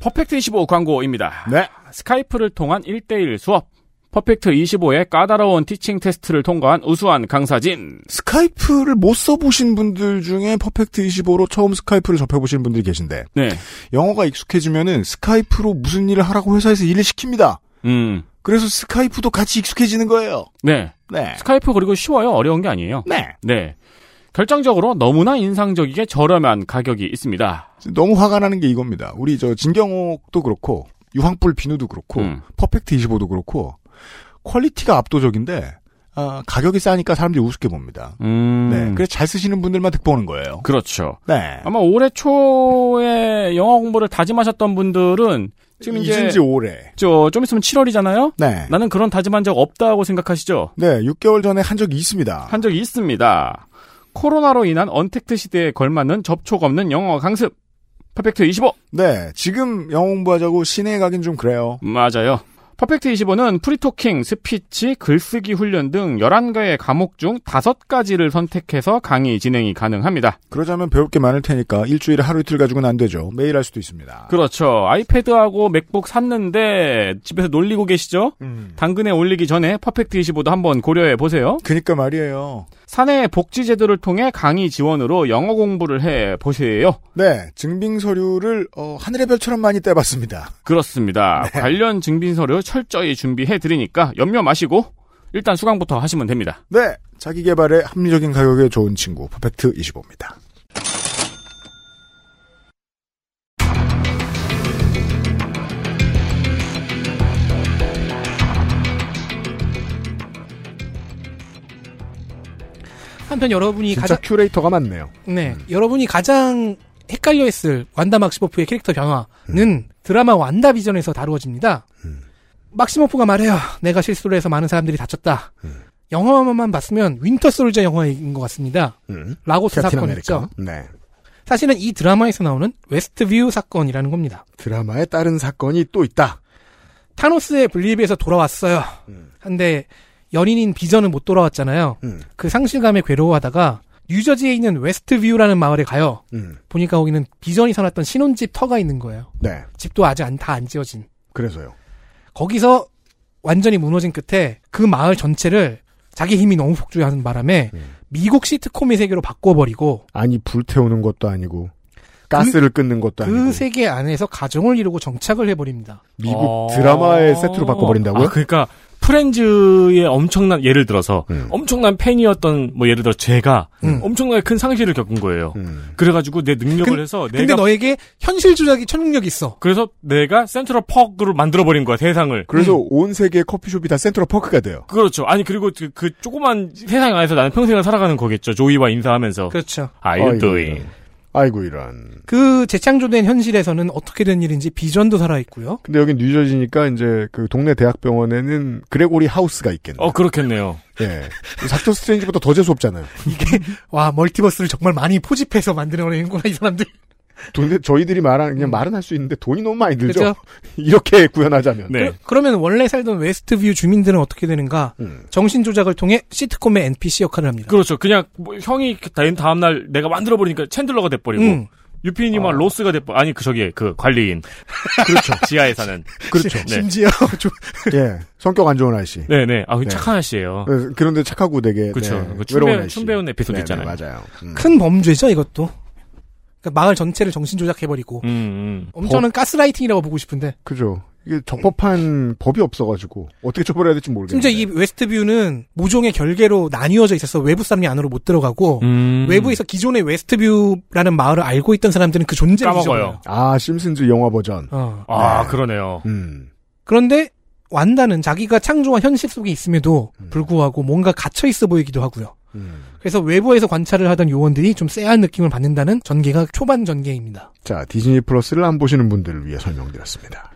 퍼펙트 25 광고입니다.
네.
스카이프를 통한 1대1 수업. 퍼펙트 25의 까다로운 티칭 테스트를 통과한 우수한 강사진.
스카이프를 못 써보신 분들 중에 퍼펙트 25로 처음 스카이프를 접해보신 분들이 계신데
네.
영어가 익숙해지면은 스카이프로 무슨 일을 하라고 회사에서 일을 시킵니다.
음.
그래서 스카이프도 같이 익숙해지는 거예요.
네.
네.
스카이프 그리고 쉬워요. 어려운 게 아니에요.
네.
네. 결정적으로 너무나 인상적이게 저렴한 가격이 있습니다.
너무 화가 나는 게 이겁니다. 우리 저 진경옥도 그렇고 유황불 비누도 그렇고
음.
퍼펙트 25도 그렇고 퀄리티가 압도적인데 아, 가격이 싸니까 사람들이 우습게 봅니다. 네, 그래서 잘 쓰시는 분들만 득보는 거예요.
음. 그렇죠.
네.
아마 올해 초에 영어 공부를 다짐하셨던 분들은 지금 이제
잊은 지 오래.
저좀 있으면 7월이잖아요.
네.
나는 그런 다짐한 적 없다고 생각하시죠?
네, 6개월 전에 한 적이 있습니다.
한 적이 있습니다. 코로나로 인한 언택트 시대에 걸맞는 접촉 없는 영어 강습. 퍼펙트 25.
네, 지금 영어 공부하자고 시내에 가긴 좀 그래요.
맞아요. 퍼펙트 25는 프리토킹, 스피치, 글쓰기 훈련 등 11개의 과목 중 5가지를 선택해서 강의 진행이 가능합니다.
그러자면 배울 게 많을 테니까 일주일에 하루 이틀 가지고는 안 되죠. 매일 할 수도 있습니다.
그렇죠. 아이패드하고 맥북 샀는데 집에서 놀리고 계시죠?
그,
음.
당근에 올리기 전에 퍼펙트 25도 한번 고려해 보세요.
그니까 말이에요.
사내 복지 제도를 통해 강의 지원으로 영어 공부를 해 보세요.
네, 증빙 서류를 어, 하늘의 별처럼 많이 떼봤습니다.
그렇습니다. 관련 증빙 서류 철저히 준비해 드리니까 염려 마시고 일단 수강부터 하시면 됩니다.
네, 자기 개발에 합리적인 가격에 좋은 친구 퍼펙트 25입니다.
한편 여러분이
진짜 음.
가장
큐레이터가 많네요.
네 여러분이 가장 헷갈려했을 완다 막시모프의 캐릭터 변화는
음.
드라마 완다 비전에서 다루어집니다. 막시모프가 말해요. 내가 실수를 해서 많은 사람들이 다쳤다.
음.
영화만 봤으면 윈터 솔저 영화인 것 같습니다.
음?
라고스
캡틴
사건
아메리카.
있죠.
네.
사실은 이 드라마에서 나오는 웨스트뷰 사건이라는 겁니다.
드라마에 따른 사건이 또 있다.
타노스의 분리비에서 돌아왔어요.
음.
한데 연인인 비전은 못 돌아왔잖아요.
음,
그 상실감에 괴로워하다가 뉴저지에 있는 웨스트뷰라는 마을에 가요.
음.
보니까 거기는 비전이 살았던 신혼집 터가 있는 거예요.
네.
집도 아직 다 안 지어진.
그래서요.
거기서 완전히 무너진 끝에 그 마을 전체를 자기 힘이 너무 폭주하는 바람에
음.
미국 시트콤의 세계로 바꿔버리고
아니 불 태우는 것도 아니고 가스를 끊는 것도 아니고
그 세계 안에서 가정을 이루고 정착을 해버립니다.
미국 드라마의 세트로 바꿔버린다고요?
아, 그러니까 프렌즈의 엄청난 예를 들어서
음.
엄청난 팬이었던 뭐 예를 들어 제가 엄청나게 큰 상실을 겪은 거예요.
음.
그래가지고 내 능력을 해서
음. 근데
내가
너에게 현실 조작이 천능력이 있어.
그래서 내가 센트럴 퍽으로 만들어버린 거야 세상을.
그래서 온 세계 커피숍이 다 센트럴 퍼크가 돼요.
그렇죠. 아니 그리고 그, 그 조그만 세상 안에서 나는 평생을 살아가는 거겠죠. 조이와 인사하면서.
그렇죠.
How you
아이고,
doing?
아이고 이런.
그 재창조된 현실에서는 어떻게 된 일인지 비전도 살아있고요.
근데 여긴 뉴저지니까 이제 그 동네 대학병원에는 그레고리 하우스가 있겠네.
어 그렇겠네요.
예. 닥터 스트레인지보다 더 재수 없잖아요.
와 멀티버스를 정말 많이 포집해서 만들어내는구나 이 사람들.
돈 저희들이 말한
음.
그냥 말은 할 수 있는데 돈이 너무 많이 들죠.
그렇죠.
이렇게 구현하자면. 네.
그러면 원래 살던 웨스트뷰 주민들은 어떻게 되는가? 정신 조작을 통해 시트콤의 NPC 역할을 합니다.
그렇죠. 그냥 뭐 형이 된 다음 날 내가 만들어버리니까 챈들러가 돼버리고
음.
유피님과 로스가 돼버 아니 그 저기 그 관리인
그렇죠.
지하에 사는
그렇죠.
네.
좀-
예. 성격 안 좋은 아저씨.
네네. 아,
네.
착한 아씨예요.
네, 그런데 착하고 되게
그쵸.
네,
그 춤배운-
외로운 아저씨.
춤배운 에피소드
네,
있잖아요. 그
네, 맞아요. 음.
큰 범죄죠 이것도. 그러니까 마을 전체를 정신 조작해버리고
음,
엄청난 가스라이팅이라고 보고 싶은데
그죠. 이게 적법한 법이 없어가지고 어떻게 처벌해야 될지 모르겠는데.
심지어 이 웨스트뷰는 모종의 결계로 나뉘어져 있어서 외부 사람이 안으로 못
음.
들어가고 외부에서 기존의 웨스트뷰라는 마을을 알고 있던 사람들은 그 존재를 잊어버려요.
아 심슨즈 영화 버전. 음.
어.
아 그러네요.
그런데 완다는 자기가 창조한 현실 속에 있음에도 불구하고 뭔가 갇혀 있어 보이기도 하고요.
음.
그래서 외부에서 관찰을 하던 요원들이 좀 쎄한 느낌을 받는다는 전개가 초반 전개입니다.
자 디즈니 플러스를 안 보시는 분들을 위해 설명드렸습니다.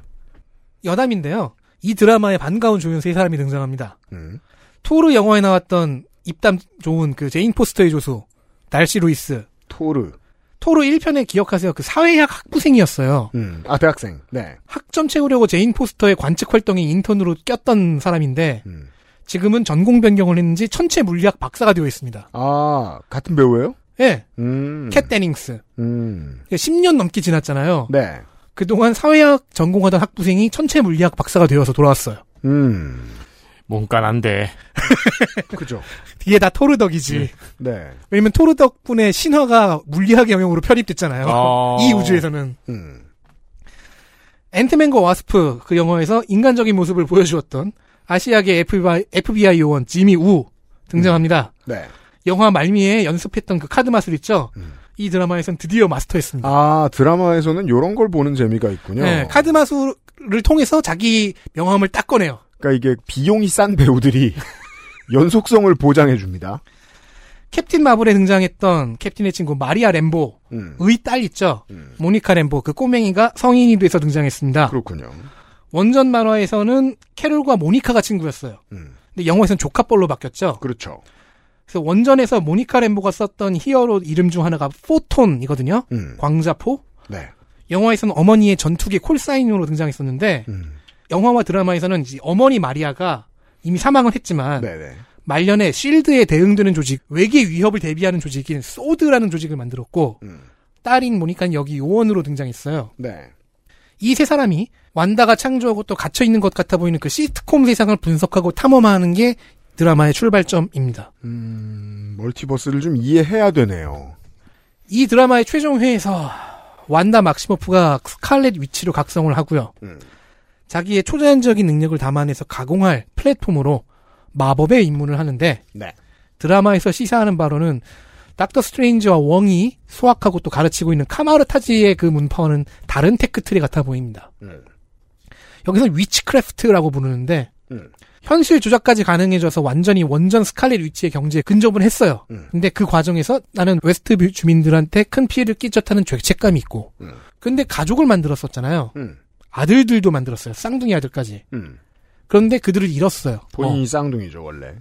여담인데요. 이 드라마에 반가운 조연 세 사람이 등장합니다.
음.
토르 영화에 나왔던 입담 좋은 그 제인 포스터의 조수 날씨 루이스
토르
토르 1편에 기억하세요. 그 사회학 학부생이었어요.
음. 아 대학생. 네.
학점 채우려고 제인 포스터의 관측 활동에 인턴으로 꼈던 사람인데 지금은 전공 변경을 했는지 천체 물리학 박사가 되어 있습니다.
아 같은 배우예요?
예,
음.
캣 데닝스.
음.
10년 넘게 지났잖아요.
네.
그동안 사회학 전공하던 학부생이 천체 물리학 박사가 되어서 돌아왔어요.
음.
뭔가 난데.
그죠.
이게 다 토르덕이지.
네.
왜냐면 토르 덕분에 신화가 물리학 영역으로 편입됐잖아요.
아.
이 우주에서는.
음.
앤트맨과 와스프 그 영화에서 인간적인 모습을 보여주었던 아시아계 FBI, FBI 요원 지미 우 등장합니다.
네.
영화 말미에 연습했던 그 카드 맛을 있죠. 이 드라마에선 드디어 마스터했습니다.
음. 아 드라마에서는 이런 걸 보는 재미가 있군요.
네, 카드 마술을 통해서 자기 명함을 딱 꺼내요.
그러니까 이게 비용이 싼 배우들이 연속성을 보장해 줍니다.
캡틴 마블에 등장했던 캡틴의 친구 마리아 램보의
음.
딸 있죠. 모니카 램보 그 꼬맹이가 성인이 돼서 등장했습니다.
그렇군요.
원전 만화에서는 캐롤과 모니카가 친구였어요. 근데 영어에서는 조카뻘로 바뀌었죠.
음. 그렇죠.
그래서 원전에서 모니카 램보가 썼던 히어로 이름 중 하나가 포톤이거든요. 광자포.
네. 음.
영화에서는 어머니의 전투기 콜사인으로 등장했었는데 영화와 드라마에서는 이제 어머니 마리아가 이미 사망을
네.
했지만 말년에 실드에 대응되는 조직, 외계 위협을 대비하는 조직인 소드라는 조직을 만들었고 딸인 모니카는 여기 요원으로 등장했어요.
네.
이 세 사람이 완다가 창조하고 또 갇혀 있는 것 같아 보이는 그 시트콤 세상을 분석하고 탐험하는 게 드라마의 출발점입니다.
음, 멀티버스를 좀 이해해야 되네요.
이 드라마의 최종 회에서 완다 막시모프가 스칼렛 위치로 각성을 하고요.
음.
자기의 초자연적인 능력을 담아내서 가공할 플랫폼으로 마법의 입문을 하는데
네.
드라마에서 시사하는 바로는 닥터 스트레인지와 웡이 수학하고 또 가르치고 있는 카마르 타지의 그 문파와는 다른 테크트리 같아 보입니다.
음.
여기서 위치크래프트라고 부르는데
음.
현실 조작까지 가능해져서 완전히 원전 스칼렛 위치의 경제에 근접은 했어요.
음.
근데 그 과정에서 나는 웨스트뷰 주민들한테 큰 피해를 끼쳤다는 죄책감이 있고
음.
근데 가족을 만들었었잖아요.
음.
아들들도 만들었어요. 쌍둥이 아들까지.
음.
그런데 그들을 잃었어요.
본인이
어.
쌍둥이죠 원래.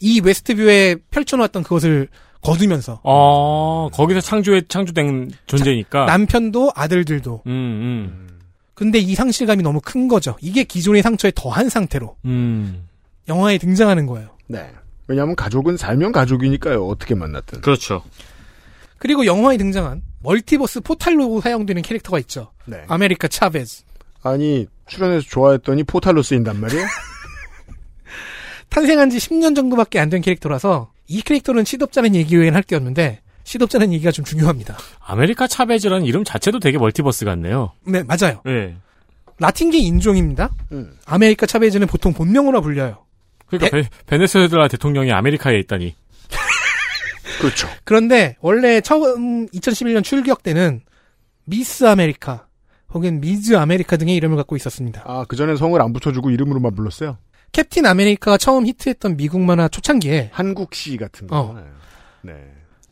이 웨스트뷰에 펼쳐놓았던 그것을 거두면서
어, 거기서 창조에 창조된 존재니까.
남편도 아들들도.
음, 음.
근데 이 상실감이 너무 큰 거죠. 이게 기존의 상처에 더한 상태로
음.
영화에 등장하는 거예요.
네. 왜냐하면 가족은 살면 가족이니까요. 어떻게 만났든.
그렇죠.
그리고 영화에 등장한 멀티버스 포탈로 사용되는 캐릭터가 있죠.
네.
아메리카 차베즈.
아니 출연해서 좋아했더니 포탈로 쓰인단 말이에요.
탄생한 지 10년 정도밖에 안 된 캐릭터라서 이 캐릭터는 시덥잖은 얘기 외엔 할 게 없는데 시덥잖은 얘기가 좀 중요합니다.
아메리카 차베즈라는 이름 자체도 되게 멀티버스 같네요.
네, 맞아요.
예.
라틴계 인종입니다.
음.
아메리카 차베즈는 보통 본명으로 불려요.
그러니까 베, 베네수엘라 대통령이 아메리카에 있다니.
그렇죠.
그런데 원래 처음 2011년 출격 때는 미스 아메리카 혹은 미즈 아메리카 등의 이름을 갖고 있었습니다.
아 그 전에 성을 안 붙여주고 이름으로만 불렀어요.
캡틴 아메리카가 처음 히트했던 미국 만화 초창기에
한국시 같은
거
네.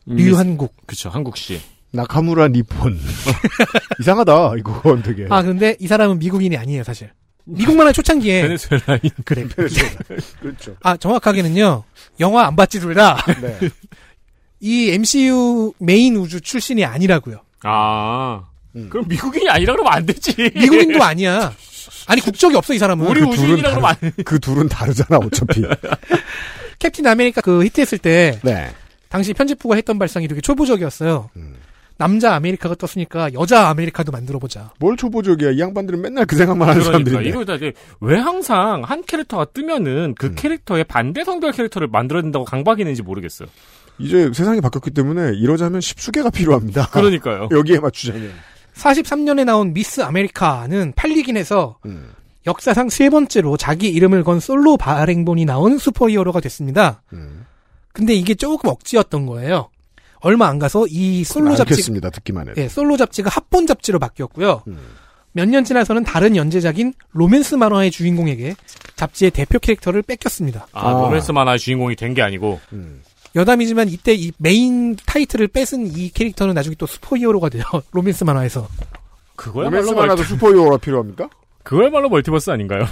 음,
류한국.
그쵸, 한국시.
나카무라 니폰. 이상하다 이건
예.
되게.
아 근데 이 사람은 미국인이 아니에요 사실. 미국 만화 초창기에
베네수엘라인.
그래.
그렇죠.
아 정확하게는요 영화 안 봤지 둘 다.
네.
이 MCU 메인 우주 출신이 아니라고요.
아. 그럼 미국인이 아니라 그러면 안 되지.
미국인도 아니야. 아니 국적이 없어 이 사람은.
우리 우주인이라 그러면 안
그 둘은 다르잖아 어차피.
캡틴 아메리카 그 히트했을 때
네.
당시 편집부가 했던 발상이 되게 초보적이었어요.
음.
남자 아메리카가 떴으니까 여자 아메리카도 만들어보자.
뭘 초보적이야. 이 양반들은 맨날 그 생각만 하는
그러니까
사람들인데.
이거 다 이제 왜 항상 한 캐릭터가 뜨면은 그 캐릭터의 반대 성별 캐릭터를 만들어야 된다고 강박이는지 모르겠어요.
이제 세상이 바뀌었기 때문에 이러자면 십수개가 필요합니다.
그러니까요.
여기에 맞추자면.
43년에 나온 미스 아메리카는 팔리긴 해서
음.
역사상 세 번째로 자기 이름을 건 솔로 발행본이 나온 슈퍼히어로가 됐습니다.
음.
근데 이게 조금 억지였던 거예요. 얼마 안 가서 이 솔로 잡지
알겠습니다. 듣기만 해도.
예, 솔로 잡지가 합본 잡지로 바뀌었고요.
음.
몇 년 지나서는 다른 연재작인 로맨스 만화의 주인공에게 잡지의 대표 캐릭터를 뺏겼습니다.
아, 로맨스 만화의 주인공이 된 게 아니고.
여담이지만 이때 이 메인 타이틀을 뺏은 이 캐릭터는 나중에 또 슈퍼히어로가 돼요. 로맨스 만화에서.
로맨스 만화도 슈퍼히어로가 필요합니까?
그거야말로 멀티버스 아닌가요?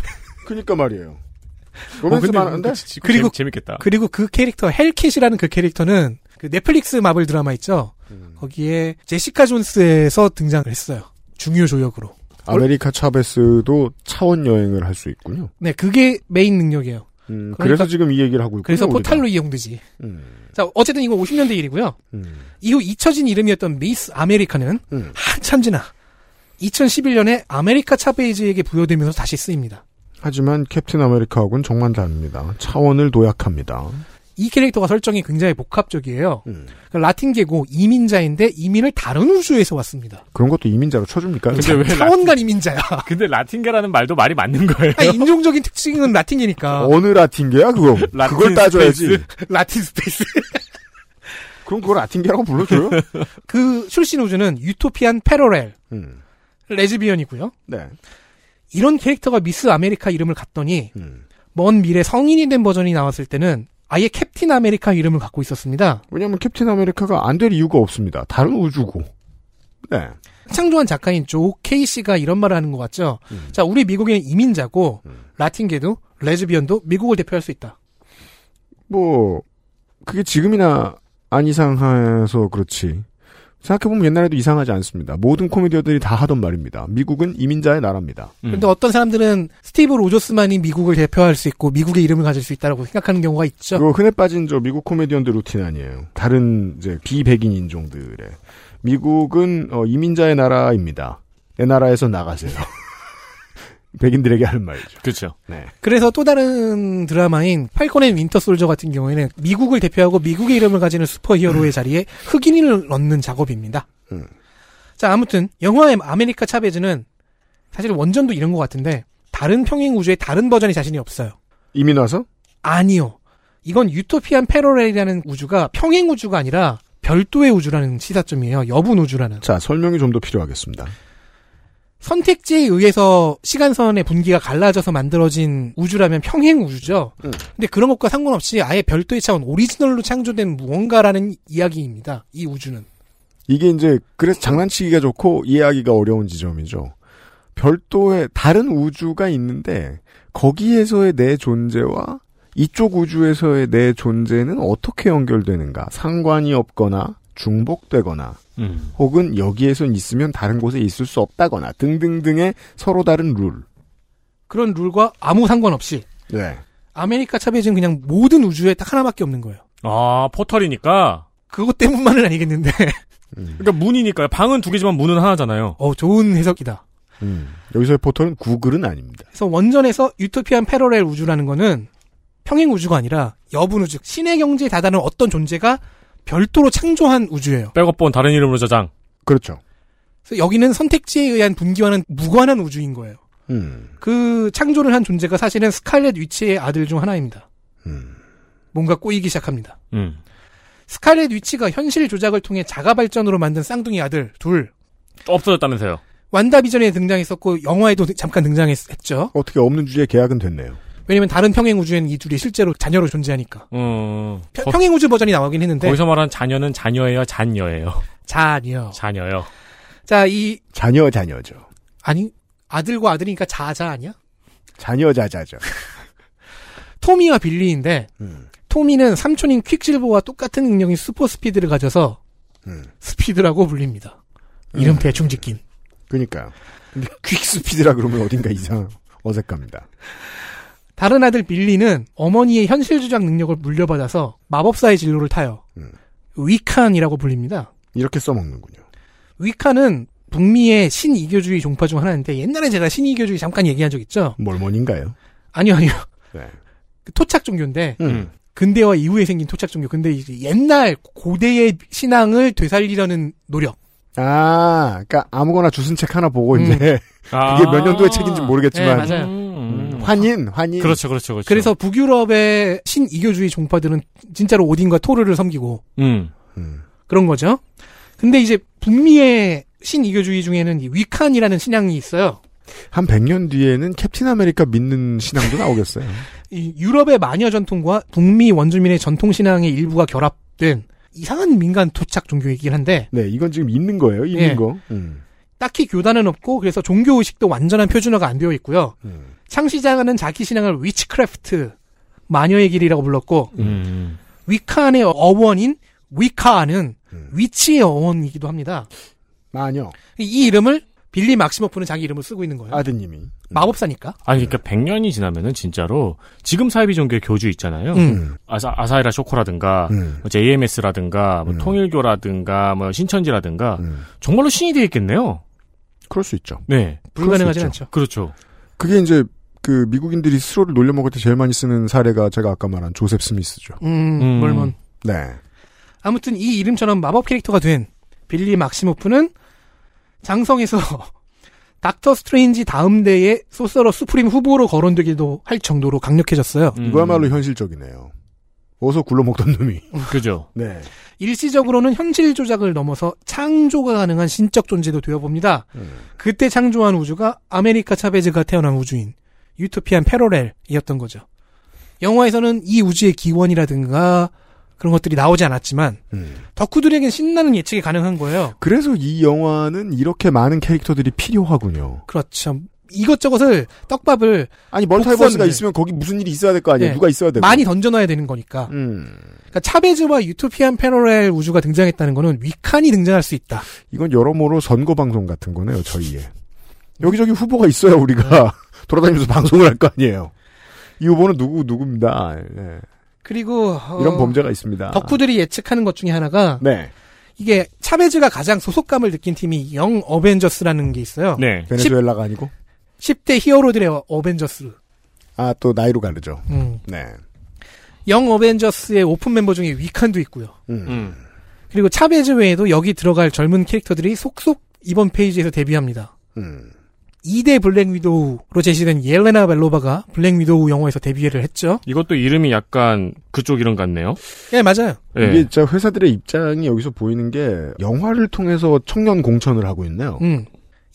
그니까 말이에요.
어,
로맨스
근데
만화인데?
그치,
그리고-
재밌-
아.
재밌겠다.
그리고 그 캐릭터 헬캣이라는 그 캐릭터는 그 넷플릭스 마블 드라마 있죠.
음.
거기에 제시카 존스에서 등장을 했어요. 중요 조역으로.
아메리카 차베스도 차원 여행을 할 수 있군요.
네, 그게 메인 능력이에요.
음,
그러니까-
그래서 지금 이 얘기를 하고 있고.
그래서 포탈로 이용되지.
음,
자, 어쨌든 이건 50년대 일이고요.
음,
이후 잊혀진 이름이었던 미스 아메리카는
음.
한참 지나 2011년에 아메리카 차베이즈에게 부여되면서 다시 쓰입니다.
하지만 캡틴 아메리카하고는 정말 다릅니다. 차원을 도약합니다.
이 캐릭터가 설정이 굉장히 복합적이에요.
음.
그러니까 라틴계고 이민자인데 이민을 다른 우주에서 왔습니다.
그런 것도 이민자로 쳐줍니까?
근데 왜 라-
차원간 이민자야.
근데 라틴계라는 말도 말이 맞는 거예요.
아니, 인종적인 특징은 라틴이니까.
어느 라틴계야 그거?
아, 라틴
그걸 따져야지.
스페이스?
라틴 스페이스.
그럼 그걸 라틴계라고 불러줘요?
그 출신 우주는 유토피안 패러렐,
음,
레즈비언이고요.
네.
이런 캐릭터가 미스 아메리카 이름을 갔더니
음.
먼 미래 성인이 된 버전이 나왔을 때는 아예 캡틴 아메리카 이름을 갖고 있었습니다.
왜냐하면 캡틴 아메리카가 안 될 이유가 없습니다. 다른 우주고. 네.
창조한 작가인 조 케이씨가 이런 말을 하는 것 같죠.
음.
자, 우리 미국인 이민자고 라틴계도 레즈비언도 미국을 대표할 수 있다.
뭐 그게 지금이나 안 이상해서 그렇지 생각해보면 옛날에도 이상하지 않습니다. 모든 코미디어들이 다 하던 말입니다. 미국은 이민자의 나라입니다.
근데 어떤 사람들은 스티브 로조스만이 미국을 대표할 수 있고 미국의 이름을 가질 수 있다고 생각하는 경우가 있죠.
그거 흔해 빠진 저 미국 코미디언들 루틴 아니에요. 다른 이제 비백인 인종들의 미국은 어, 이민자의 나라입니다. 내 나라에서 나가세요. 백인들에게 하는 말이죠.
그렇죠.
네.
그래서 또 다른 드라마인 팔콘의 윈터 솔저 같은 경우에는 미국을 대표하고 미국의 이름을 가지는 슈퍼히어로의 자리에 흑인을 넣는 작업입니다.
음.
자 아무튼 영화의 아메리카 차베즈는 사실 원전도 이런 것 같은데 다른 평행 우주의 다른 버전이 자신이 없어요.
이민 와서?
아니요. 이건 유토피안 패러렐이라는 우주가 평행 우주가 아니라 별도의 우주라는 시사점이에요. 여분 우주라는.
자 설명이 좀 더 필요하겠습니다.
선택지에 의해서 시간선의 분기가 갈라져서 만들어진 우주라면 평행 우주죠.
음.
근데 그런 것과 상관없이 아예 별도의 차원 오리지널로 창조된 무언가라는 이야기입니다. 이 우주는.
이게 이제 그래서 장난치기가 좋고 이해하기가 어려운 지점이죠. 별도의 다른 우주가 있는데 거기에서의 내 존재와 이쪽 우주에서의 내 존재는 어떻게 연결되는가 상관이 없거나 중복되거나
음.
혹은 여기에선 있으면 다른 곳에 있을 수 없다거나 등등등의 서로 다른 룰.
그런 룰과 아무 상관없이
네.
아메리카 차베즈는 그냥 모든 우주에 딱 하나밖에 없는 거예요.
아 포털이니까.
그것 때문만은 아니겠는데.
음.
그러니까 문이니까요. 방은 두 개지만 문은 하나잖아요.
어 좋은 해석이다.
음. 여기서의 포털은 구글은 아닙니다.
그래서 원전에서 유토피안 패러렐 우주라는 거는 평행 우주가 아니라 여분 우주, 신의 경지에 다다른 어떤 존재가 별도로 창조한 우주예요.
백업본 다른 이름으로 저장.
그렇죠.
그래서 여기는 선택지에 의한 분기와는 무관한 우주인 거예요.
음.
그 창조를 한 존재가 사실은 스칼렛 위치의 아들 중 하나입니다.
음.
뭔가 꼬이기 시작합니다.
음.
스칼렛 위치가 현실 조작을 통해 자가 발전으로 만든 쌍둥이 아들 둘.
없어졌다면서요.
완다 비전에 등장했었고 영화에도 잠깐 등장했죠.
어떻게 없는 주제에 계약은 됐네요.
왜냐면 다른 평행 우주에는 이 둘이 실제로 자녀로 존재하니까.
어,
평-
거-
평행 우주 버전이 나오긴
네.
했는데.
거기서 말하는 자녀는 자녀예요, 잔녀예요.
자녀.
자녀요.
자, 이
자녀 자녀죠.
아니 아들과 아들이니까 자자 아니야?
자녀 자자죠.
토미와 빌리인데
음.
토미는 삼촌인 퀵실버와 똑같은 능력인 슈퍼 스피드를 가져서
음.
스피드라고 불립니다. 이름 대충 짓긴.
그니까요. 그러니까. 근데 퀵스피드라 그러면 어딘가 이상 어색합니다.
다른 아들 빌리는 어머니의 현실 조작 능력을 물려받아서 마법사의 진로를 타요.
음.
위칸이라고 불립니다.
이렇게 써먹는군요.
위칸은 북미의 신이교주의 종파 중 하나인데 옛날에 제가 신이교주의 잠깐 얘기한 적 있죠?
몰몬인가요?
아니요 아니요.
네.
그 토착 종교인데
음.
근대화 이후에 생긴 토착 종교. 근데 이제 옛날 고대의 신앙을 되살리려는 노력.
아, 그러니까 아무거나 주순 책 하나 보고 이제
아.
그게 몇 년도의 책인지 모르겠지만
네, 맞아요.
음. 환인, 환인.
음. 그렇죠, 그렇죠, 그렇죠.
그래서 북유럽의 신이교주의 종파들은 진짜로 오딘과 토르를 섬기고
음.
그런 거죠. 근데 이제 북미의 신이교주의 중에는 이 위칸이라는 신앙이 있어요.
한 100년 뒤에는 캡틴 아메리카 믿는 신앙도 나오겠어요.
이 유럽의 마녀 전통과 북미 원주민의 전통 신앙의 일부가 결합된 이상한 민간 토착 종교이긴 한데
네, 이건 지금 있는 거예요, 있는
예.
거. 음.
딱히 교단은 없고 그래서 종교 의식도 완전한 표준화가 안 되어 있고요.
음.
창시자는 자기 신앙을 위치크래프트 마녀의 길이라고 불렀고
음.
위칸의 어원인 위카는 위치의 어원이기도 합니다.
마녀,
이 이름을 빌리 막시모프는 자기 이름을 쓰고 있는 거예요.
아드님이.
마법사니까.
아니
네.
그러니까 100년이 지나면은 진짜로 지금 사이비 종교의 교주 있잖아요.
음.
아사, 아사히라 쇼코라든가
음.
뭐 JMS라든가 뭐 통일교라든가 뭐 신천지라든가
음.
정말로 신이 되어 있겠네요.
그럴 수 있죠.
네.
불가능하진
그럴 수 있죠.
않죠.
그렇죠.
그게 이제 그 미국인들이 스스로를 놀려 먹을 때 제일 많이 쓰는 사례가 제가 아까 말한 조셉 스미스죠.
음,
음.
물론.
네.
아무튼 이 이름처럼 마법 캐릭터가 된 빌리 막시모프는 장성에서 닥터 스트레인지 다음 대의 소서러 수프림 후보로 거론되기도 할 정도로 강력해졌어요.
음.
이거야말로 현실적이네요. 어서 굴러먹던 놈이.
음. 그죠.
네.
일시적으로는 현실 조작을 넘어서 창조가 가능한 신적 존재도 되어봅니다.
네.
그때 창조한 우주가 아메리카 차베즈가 태어난 우주인 유토피안 패러렐이었던 거죠. 영화에서는 이 우주의 기원이라든가 그런 것들이 나오지 않았지만
음.
덕후들에겐 신나는 예측이 가능한 거예요.
그래서 이 영화는 이렇게 많은 캐릭터들이 필요하군요.
그렇죠. 이것저것을 떡밥을
아니 멀티버스가 있으면 거기 무슨 일이 있어야 될 거 아니에요?
네.
누가 있어야 되고 음.
많이 던져놔야 되는 거니까. 그러니까 차베즈와 유토피안 패러렐 우주가 등장했다는 거는 위칸이 등장할 수 있다.
이건 여러모로 선거 방송 같은 거네요. 저희의 여기저기 후보가 있어야 우리가 돌아다니면서 방송을 할 거 아니에요. 이 후보는 누구 누구입니다. 예.
그리고 어,
이런 범죄가 있습니다.
덕후들이 예측하는 것 중에 하나가
네.
이게 차베즈가 가장 소속감을 느낀 팀이 영 어벤져스라는 게 있어요.
네. 베네수엘라가 아니고
10대 히어로들의 어- 어벤져스.
아 또 나이로 가르죠.
음.
네.
영 어벤져스의 오픈 멤버 중에 위칸도 있고요.
음.
그리고 차베즈 외에도 여기 들어갈 젊은 캐릭터들이 속속 이번 페이지에서 데뷔합니다.
음.
2대 블랙 위도우로 제시된 옐레나 벨로바가 블랙 위도우 영화에서 데뷔를 했죠.
이것도 이름이 약간 그쪽 이름 같네요.
예, 맞아요.
예.
이게 진짜 회사들의 입장이 여기서 보이는 게 영화를 통해서 청년 공천을 하고 있네요.
음.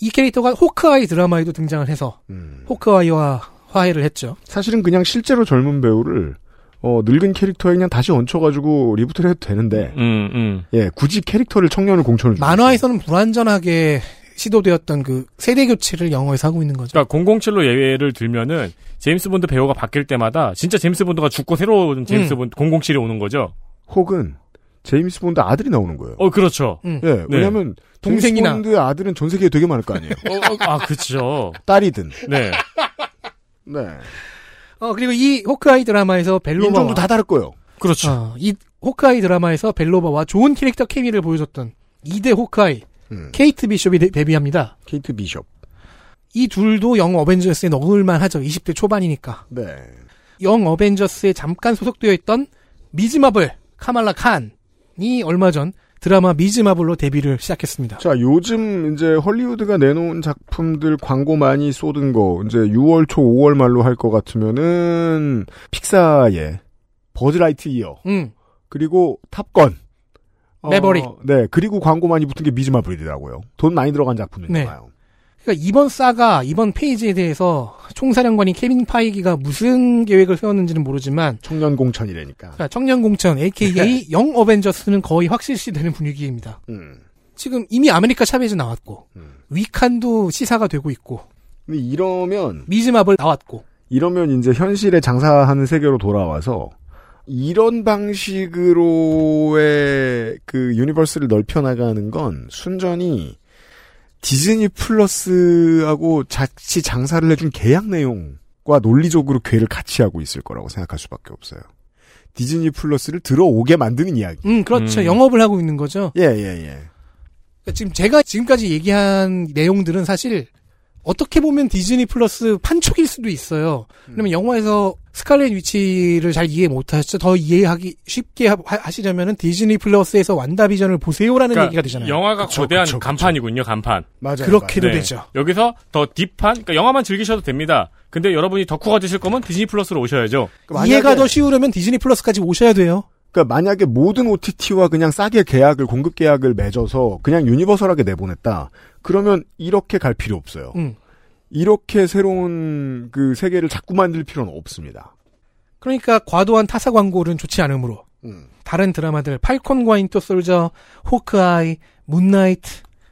이 캐릭터가 호크아이 드라마에도 등장을 해서 호크아이와 화해를 했죠.
사실은 그냥 실제로 젊은 배우를 어, 늙은 캐릭터에 그냥 다시 얹혀가지고 리부트를 해도 되는데
음, 음.
예 굳이 캐릭터를 청년을 공천을 주고
만화에서는 불완전하게 시도되었던 그 세대 교체를 영어에서 하고 있는 거죠.
그러니까 007로 예외를 들면은 제임스 본드 배우가 바뀔 때마다 진짜 제임스 본드가 죽고 새로운 제임스
음.
본드 007이 오는 거죠.
혹은 제임스 본드 아들이 나오는 거예요.
어 그렇죠.
예
네.
왜냐하면
동생이나.
제임스 본드의 아들은 전 세계에 되게 많을 거 아니에요.
어, 어, 아 그렇죠.
딸이든
네.
네.
어, 그리고 이 호크아이 드라마에서 벨로바와 어,
인종도 다 다를 거예요.
그렇죠.
이 호크아이 드라마에서 벨로바와 좋은 캐릭터 케미를 보여줬던 2대 호크아이
음.
케이트 비숍이 데- 데뷔합니다.
케이트 비숍.
이 둘도 영 어벤져스에 넣을만 하죠. 20대 초반이니까.
네.
영 어벤져스에 잠깐 소속되어 있던 미즈마블 카말라 칸이 얼마 전 드라마 미즈마블로 데뷔를 시작했습니다.
자, 요즘 이제 헐리우드가 내놓은 작품들 광고 많이 쏟은 거 이제 6월 초 5월 말로 할 것 같으면은 픽사의 버즈라이트 이어
음.
그리고 탑건 어,
매버릭.
네 그리고 광고 많이 붙은 게 미즈마블이더라고요 돈 많이 들어간 작품이잖아요
그러니까 이번 사가 이번 페이지에 대해서 총사령관인 케빈 파이기가 무슨 계획을 세웠는지는 모르지만
청년 공천이라니까
그러니까 청년 공천
네.
AKA 영 어벤져스는 거의 확실시 되는 분위기입니다.
음.
지금 이미 아메리카 차베즈 나왔고
음.
위칸도 시사가 되고 있고
근데 이러면
미즈마블 나왔고
이러면 이제 현실에 장사하는 세계로 돌아와서 이런 방식으로의 그 유니버스를 넓혀 나가는 건 순전히 디즈니 플러스하고 같이 장사를 해준 계약 내용과 논리적으로 괴를 같이 하고 있을 거라고 생각할 수밖에 없어요. 디즈니 플러스를 들어오게 만드는 이야기.
음 그렇죠 영업을 하고 있는 거죠.
예, 예, 예.
그러니까 지금 제가 지금까지 얘기한 내용들은 사실 어떻게 보면 디즈니 플러스 판촉일 수도 있어요.
음.
그러면 영화에서 스칼렛 위치를 잘 이해 못하셨죠? 더 이해하기 쉽게 하- 하시려면은 디즈니 플러스에서 완다비전을 보세요라는
그러니까
얘기가 되잖아요.
영화가 거대한 간판이군요. 간판.
맞아요.
그렇게도
네.
되죠.
여기서 더 딥한 그러니까 영화만 즐기셔도 됩니다. 근데 여러분이 덕후가 되실 거면 디즈니 플러스로 오셔야죠.
그
이해가 더 쉬우려면 디즈니 플러스까지 오셔야 돼요.
그러니까 만약에 모든 OTT와 그냥 싸게 계약을 공급 계약을 맺어서 그냥 유니버설하게 내보냈다. 그러면 이렇게 갈 필요 없어요.
음.
이렇게 새로운 그 세계를 자꾸 만들 필요는 없습니다.
그러니까 과도한 타사 광고는 좋지 않으므로 다른 드라마들 팔콘과 인토 솔저, 호크아이, 문나이트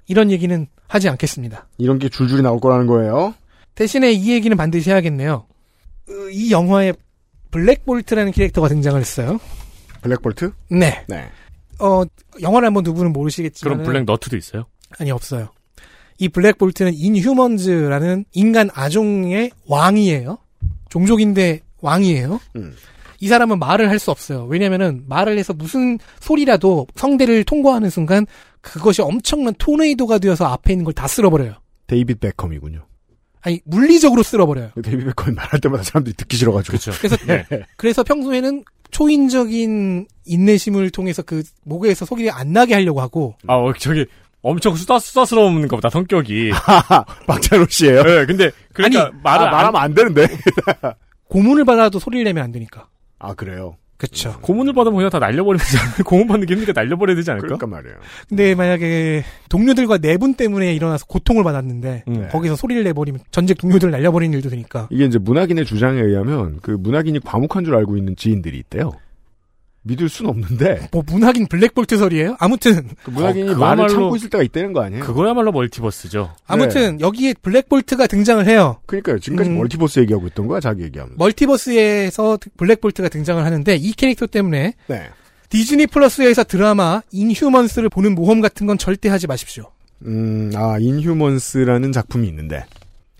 이런 얘기는 하지 않겠습니다.
이런 게 줄줄이 나올 거라는 거예요.
대신에 이 얘기는 반드시 해야겠네요. 으, 이 영화에 블랙볼트라는 캐릭터가 등장을 했어요.
블랙볼트?
네.
네.
어, 영화를 한번 두 분은 모르시겠지만
그럼 블랙 너트도 있어요?
아니 없어요. 이 블랙볼트는 인휴먼즈라는 인간 아종의 왕이에요. 종족인데 왕이에요.
음.
이 사람은 말을 할 수 없어요. 왜냐면은 말을 해서 무슨 소리라도 성대를 통과하는 순간 그것이 엄청난 토네이도가 되어서 앞에 있는 걸 다 쓸어버려요.
데이빗 베컴이군요.
아니 물리적으로 쓸어버려요.
데이빗 베컴이 말할 때마다 사람들이 듣기 싫어가지고.
그래서
네.
그래서 평소에는 초인적인 인내심을 통해서 그 목에서 소리 안 나게 하려고 하고
아, 어, 저기 엄청 수다 수다스러운 것보다 성격이.
박찬호 씨예요.
네, 근데 그러니까
아니,
말을
아, 말하면
안 되는데.
고문을 받아도 소리를 내면 안 되니까.
아 그래요.
그렇죠.
고문을 받으면 그냥 다 날려버리면 되지 않을까? 고문 받는 게 힘드니까 날려버려야 되지 않을까?
그러니까 말이에요.
근데 만약에 동료들과 네 내분 때문에 일어나서 고통을 받았는데
네.
거기서 소리를 내버리면 전직 동료들을 날려버리는 일도 되니까
이게 이제 문학인의 주장에 의하면 그 문학인이 과묵한 줄 알고 있는 지인들이 있대요. 믿을 순 없는데.
뭐 문학인 블랙볼트설이에요? 아무튼
그 문학인이 말을 참고 있을 때가 있다는 거 아니에요?
그거야말로 멀티버스죠.
아무튼 여기에 블랙볼트가 등장을 해요.
그러니까요. 지금까지
음. 뭐,
멀티버스 얘기하고 있던 거야, 자기 얘기하면.
멀티버스에서 블랙볼트가 등장을 하는데 이 캐릭터 때문에
네.
디즈니 플러스에서 드라마 인휴먼스를 보는 모험 같은 건 절대 하지 마십시오.
음, 아, 인휴먼스라는 작품이 있는데.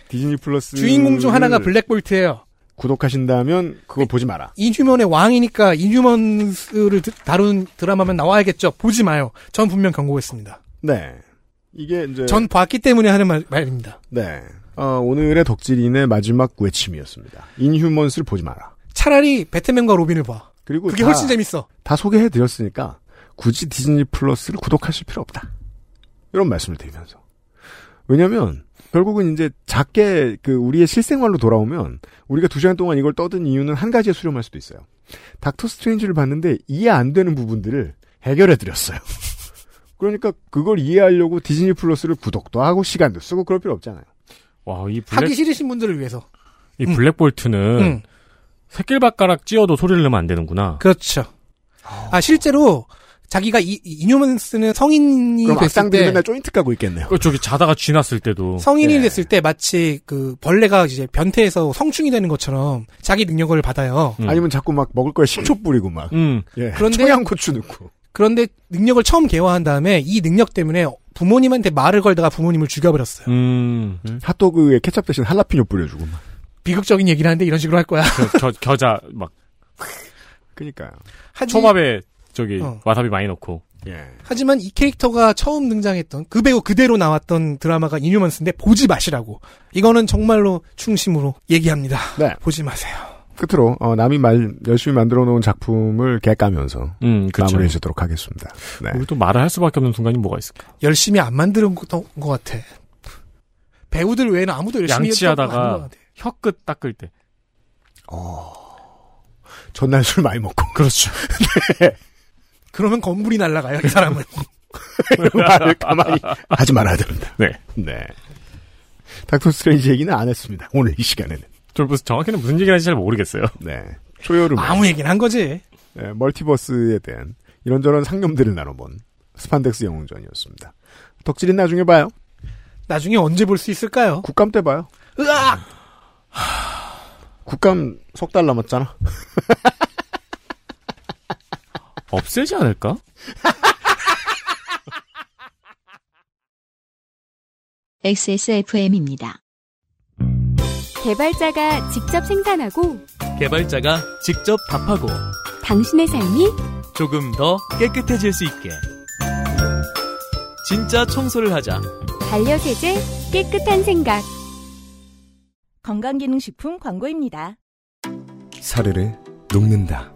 디즈니 플러스.
주인공
음.
중 하나가 블랙볼트예요. 네.
구독하신다면 그걸 보지 마라.
인휴먼의 왕이니까 인휴먼스를 드- 다룬 드라마면 나와야겠죠. 보지 마요. 전 분명 경고했습니다.
네. 이게 이제.
전 봤기 때문에 하는 말, 말입니다.
네. 어, 오늘의 덕질인의 마지막 외침이었습니다. 인휴먼스를 보지 마라.
차라리 배트맨과 로빈을 봐.
그리고
그게
다-
훨씬 재밌어.
다 소개해드렸으니까 굳이 디즈니 플러스를 구독하실 필요 없다. 이런 말씀을 드리면서. 왜냐면, 결국은 이제 작게 그 우리의 실생활로 돌아오면 우리가 두 시간 동안 이걸 떠든 이유는 한 가지에 수렴할 수도 있어요. 닥터 스트레인지를 봤는데 이해 안 되는 부분들을 해결해드렸어요. 그러니까 그걸 이해하려고 디즈니 플러스를 구독도 하고 시간도 쓰고 그럴 필요 없잖아요.
와, 이
하기
블랙,
싫으신 분들을 위해서.
이 블랙볼트는
음.
새끼발가락 찧어도 소리를 내면 안 되는구나.
그렇죠. 아 실제로 자기가 이, 이 인휴먼스는 성인이
그럼
됐을
악당들이
때
맨날 어. 네. 조인트 까고 있겠네요.
그 저기 자다가 쥐났을 때도
성인이 됐을 때 마치 그 벌레가 이제 변태에서 성충이 되는 것처럼 자기 능력을 받아요.
아니면 자꾸 막 먹을 거에 식초 뿌리고 막.
음.
예.
음. 그런데-
청양고추 넣고.
그런데 능력을 처음 개화한 다음에 이 능력 때문에 부모님한테 말을 걸다가 부모님을 죽여버렸어요.
음.
핫도그에 케찹 대신 할라피뇨 뿌려주고 막.
비극적인 얘기를 하는데 이런 식으로 할 거야.
겨, 겨자 막
그러니까요.
하지-
초밥에 저기
어.
와사비 많이 넣고.
예.
하지만 이 캐릭터가 처음 등장했던 그 배우 그대로 나왔던 드라마가 인휴먼스인데 보지 마시라고. 이거는 정말로 충심으로 얘기합니다.
네.
보지 마세요.
끝으로 어, 남이 말 열심히 만들어 놓은 작품을 개까면서
음, 그렇죠.
마무리해 주도록 하겠습니다. 네.
그
우리 또 말을 할 수밖에 없는 순간이 뭐가 있을까?
열심히 안 만드는 것, 것 같아. 배우들 외에는 아무도 열심히 했던 거 아닌 것
양치하다가
같아.
혀끝 닦을 때.
전날 술 많이 먹고
그렇죠. 그러면 건물이 날아가요, 이 사람은.
말을 가만히 하지 말아야 됩니다. 네. 네. 닥터 스트레인지 얘기는 안 했습니다. 오늘 이 시간에는.
저 무슨 정확히는 무슨 얘기하는지 잘 모르겠어요.
네. 초여름.
아무 얘기는 한 거지.
네, 멀티버스에 대한 이런저런 상념들을 나눠본 스판덱스 영웅전이었습니다. 덕질인 나중에 봐요.
나중에 언제 볼 수 있을까요?
국감 때 봐요.
으악!
국감 석 달 남았잖아.
없애지 않을까?
XSFM입니다.
개발자가 직접 생산하고
개발자가 아, 직접 답하고
당신의 삶이
조금 더 깨끗해질 수 있게 진짜 청소를 하자
반려세제 깨끗한 생각
건강기능식품 광고입니다.
사르르 녹는다.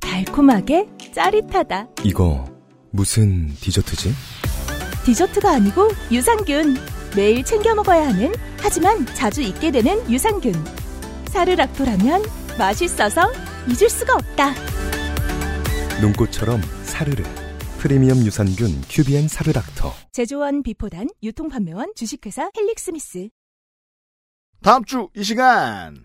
달콤하게 짜릿하다.
이거 무슨 디저트지?
디저트가 아니고 유산균. 매일 챙겨 먹어야 하는 하지만 자주 잊게 되는 유산균. 사르락토라면 맛있어서 잊을 수가 없다.
눈꽃처럼 사르르 프리미엄 유산균 큐비엔 사르닥터.
제조원 비포단 유통판매원 주식회사 헬릭스미스.
다음 주 이 시간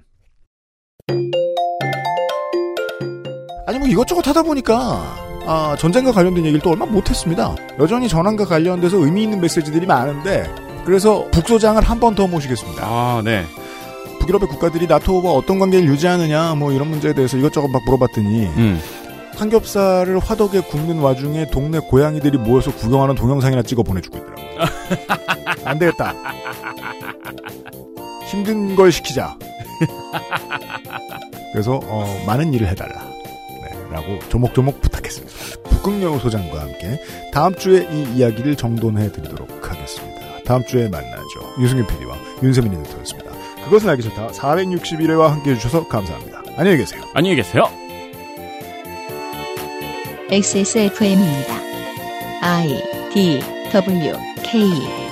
아니 뭐 이것저것 하다 보니까 아, 전쟁과 관련된 얘기를 또 얼마 못했습니다. 여전히 전환과 관련돼서 의미 있는 메시지들이 많은데 그래서 북소장을 한 번 더 모시겠습니다.
아, 네.
북유럽의 국가들이 나토와 어떤 관계를 유지하느냐 뭐 이런 문제에 대해서 이것저것 막 물어봤더니
음.
삼겹살을 화덕에 굽는 와중에 동네 고양이들이 모여서 구경하는 동영상이나 찍어 보내주고 있더라고요. 안 되겠다. 힘든 걸 시키자. 그래서 어, 많은 일을 해달라. 네, 라고 조목조목 부탁했습니다. 북극여우 소장과 함께 다음 주에 이 이야기를 정돈해 드리도록 하겠습니다. 다음 주에 만나죠. 유승균 PD와 윤세민 에디터였습니다. 그것은 알기 싫다. 461회와 함께 해주셔서 감사합니다. 안녕히 계세요.
안녕히 계세요.
XSFM입니다. I D W K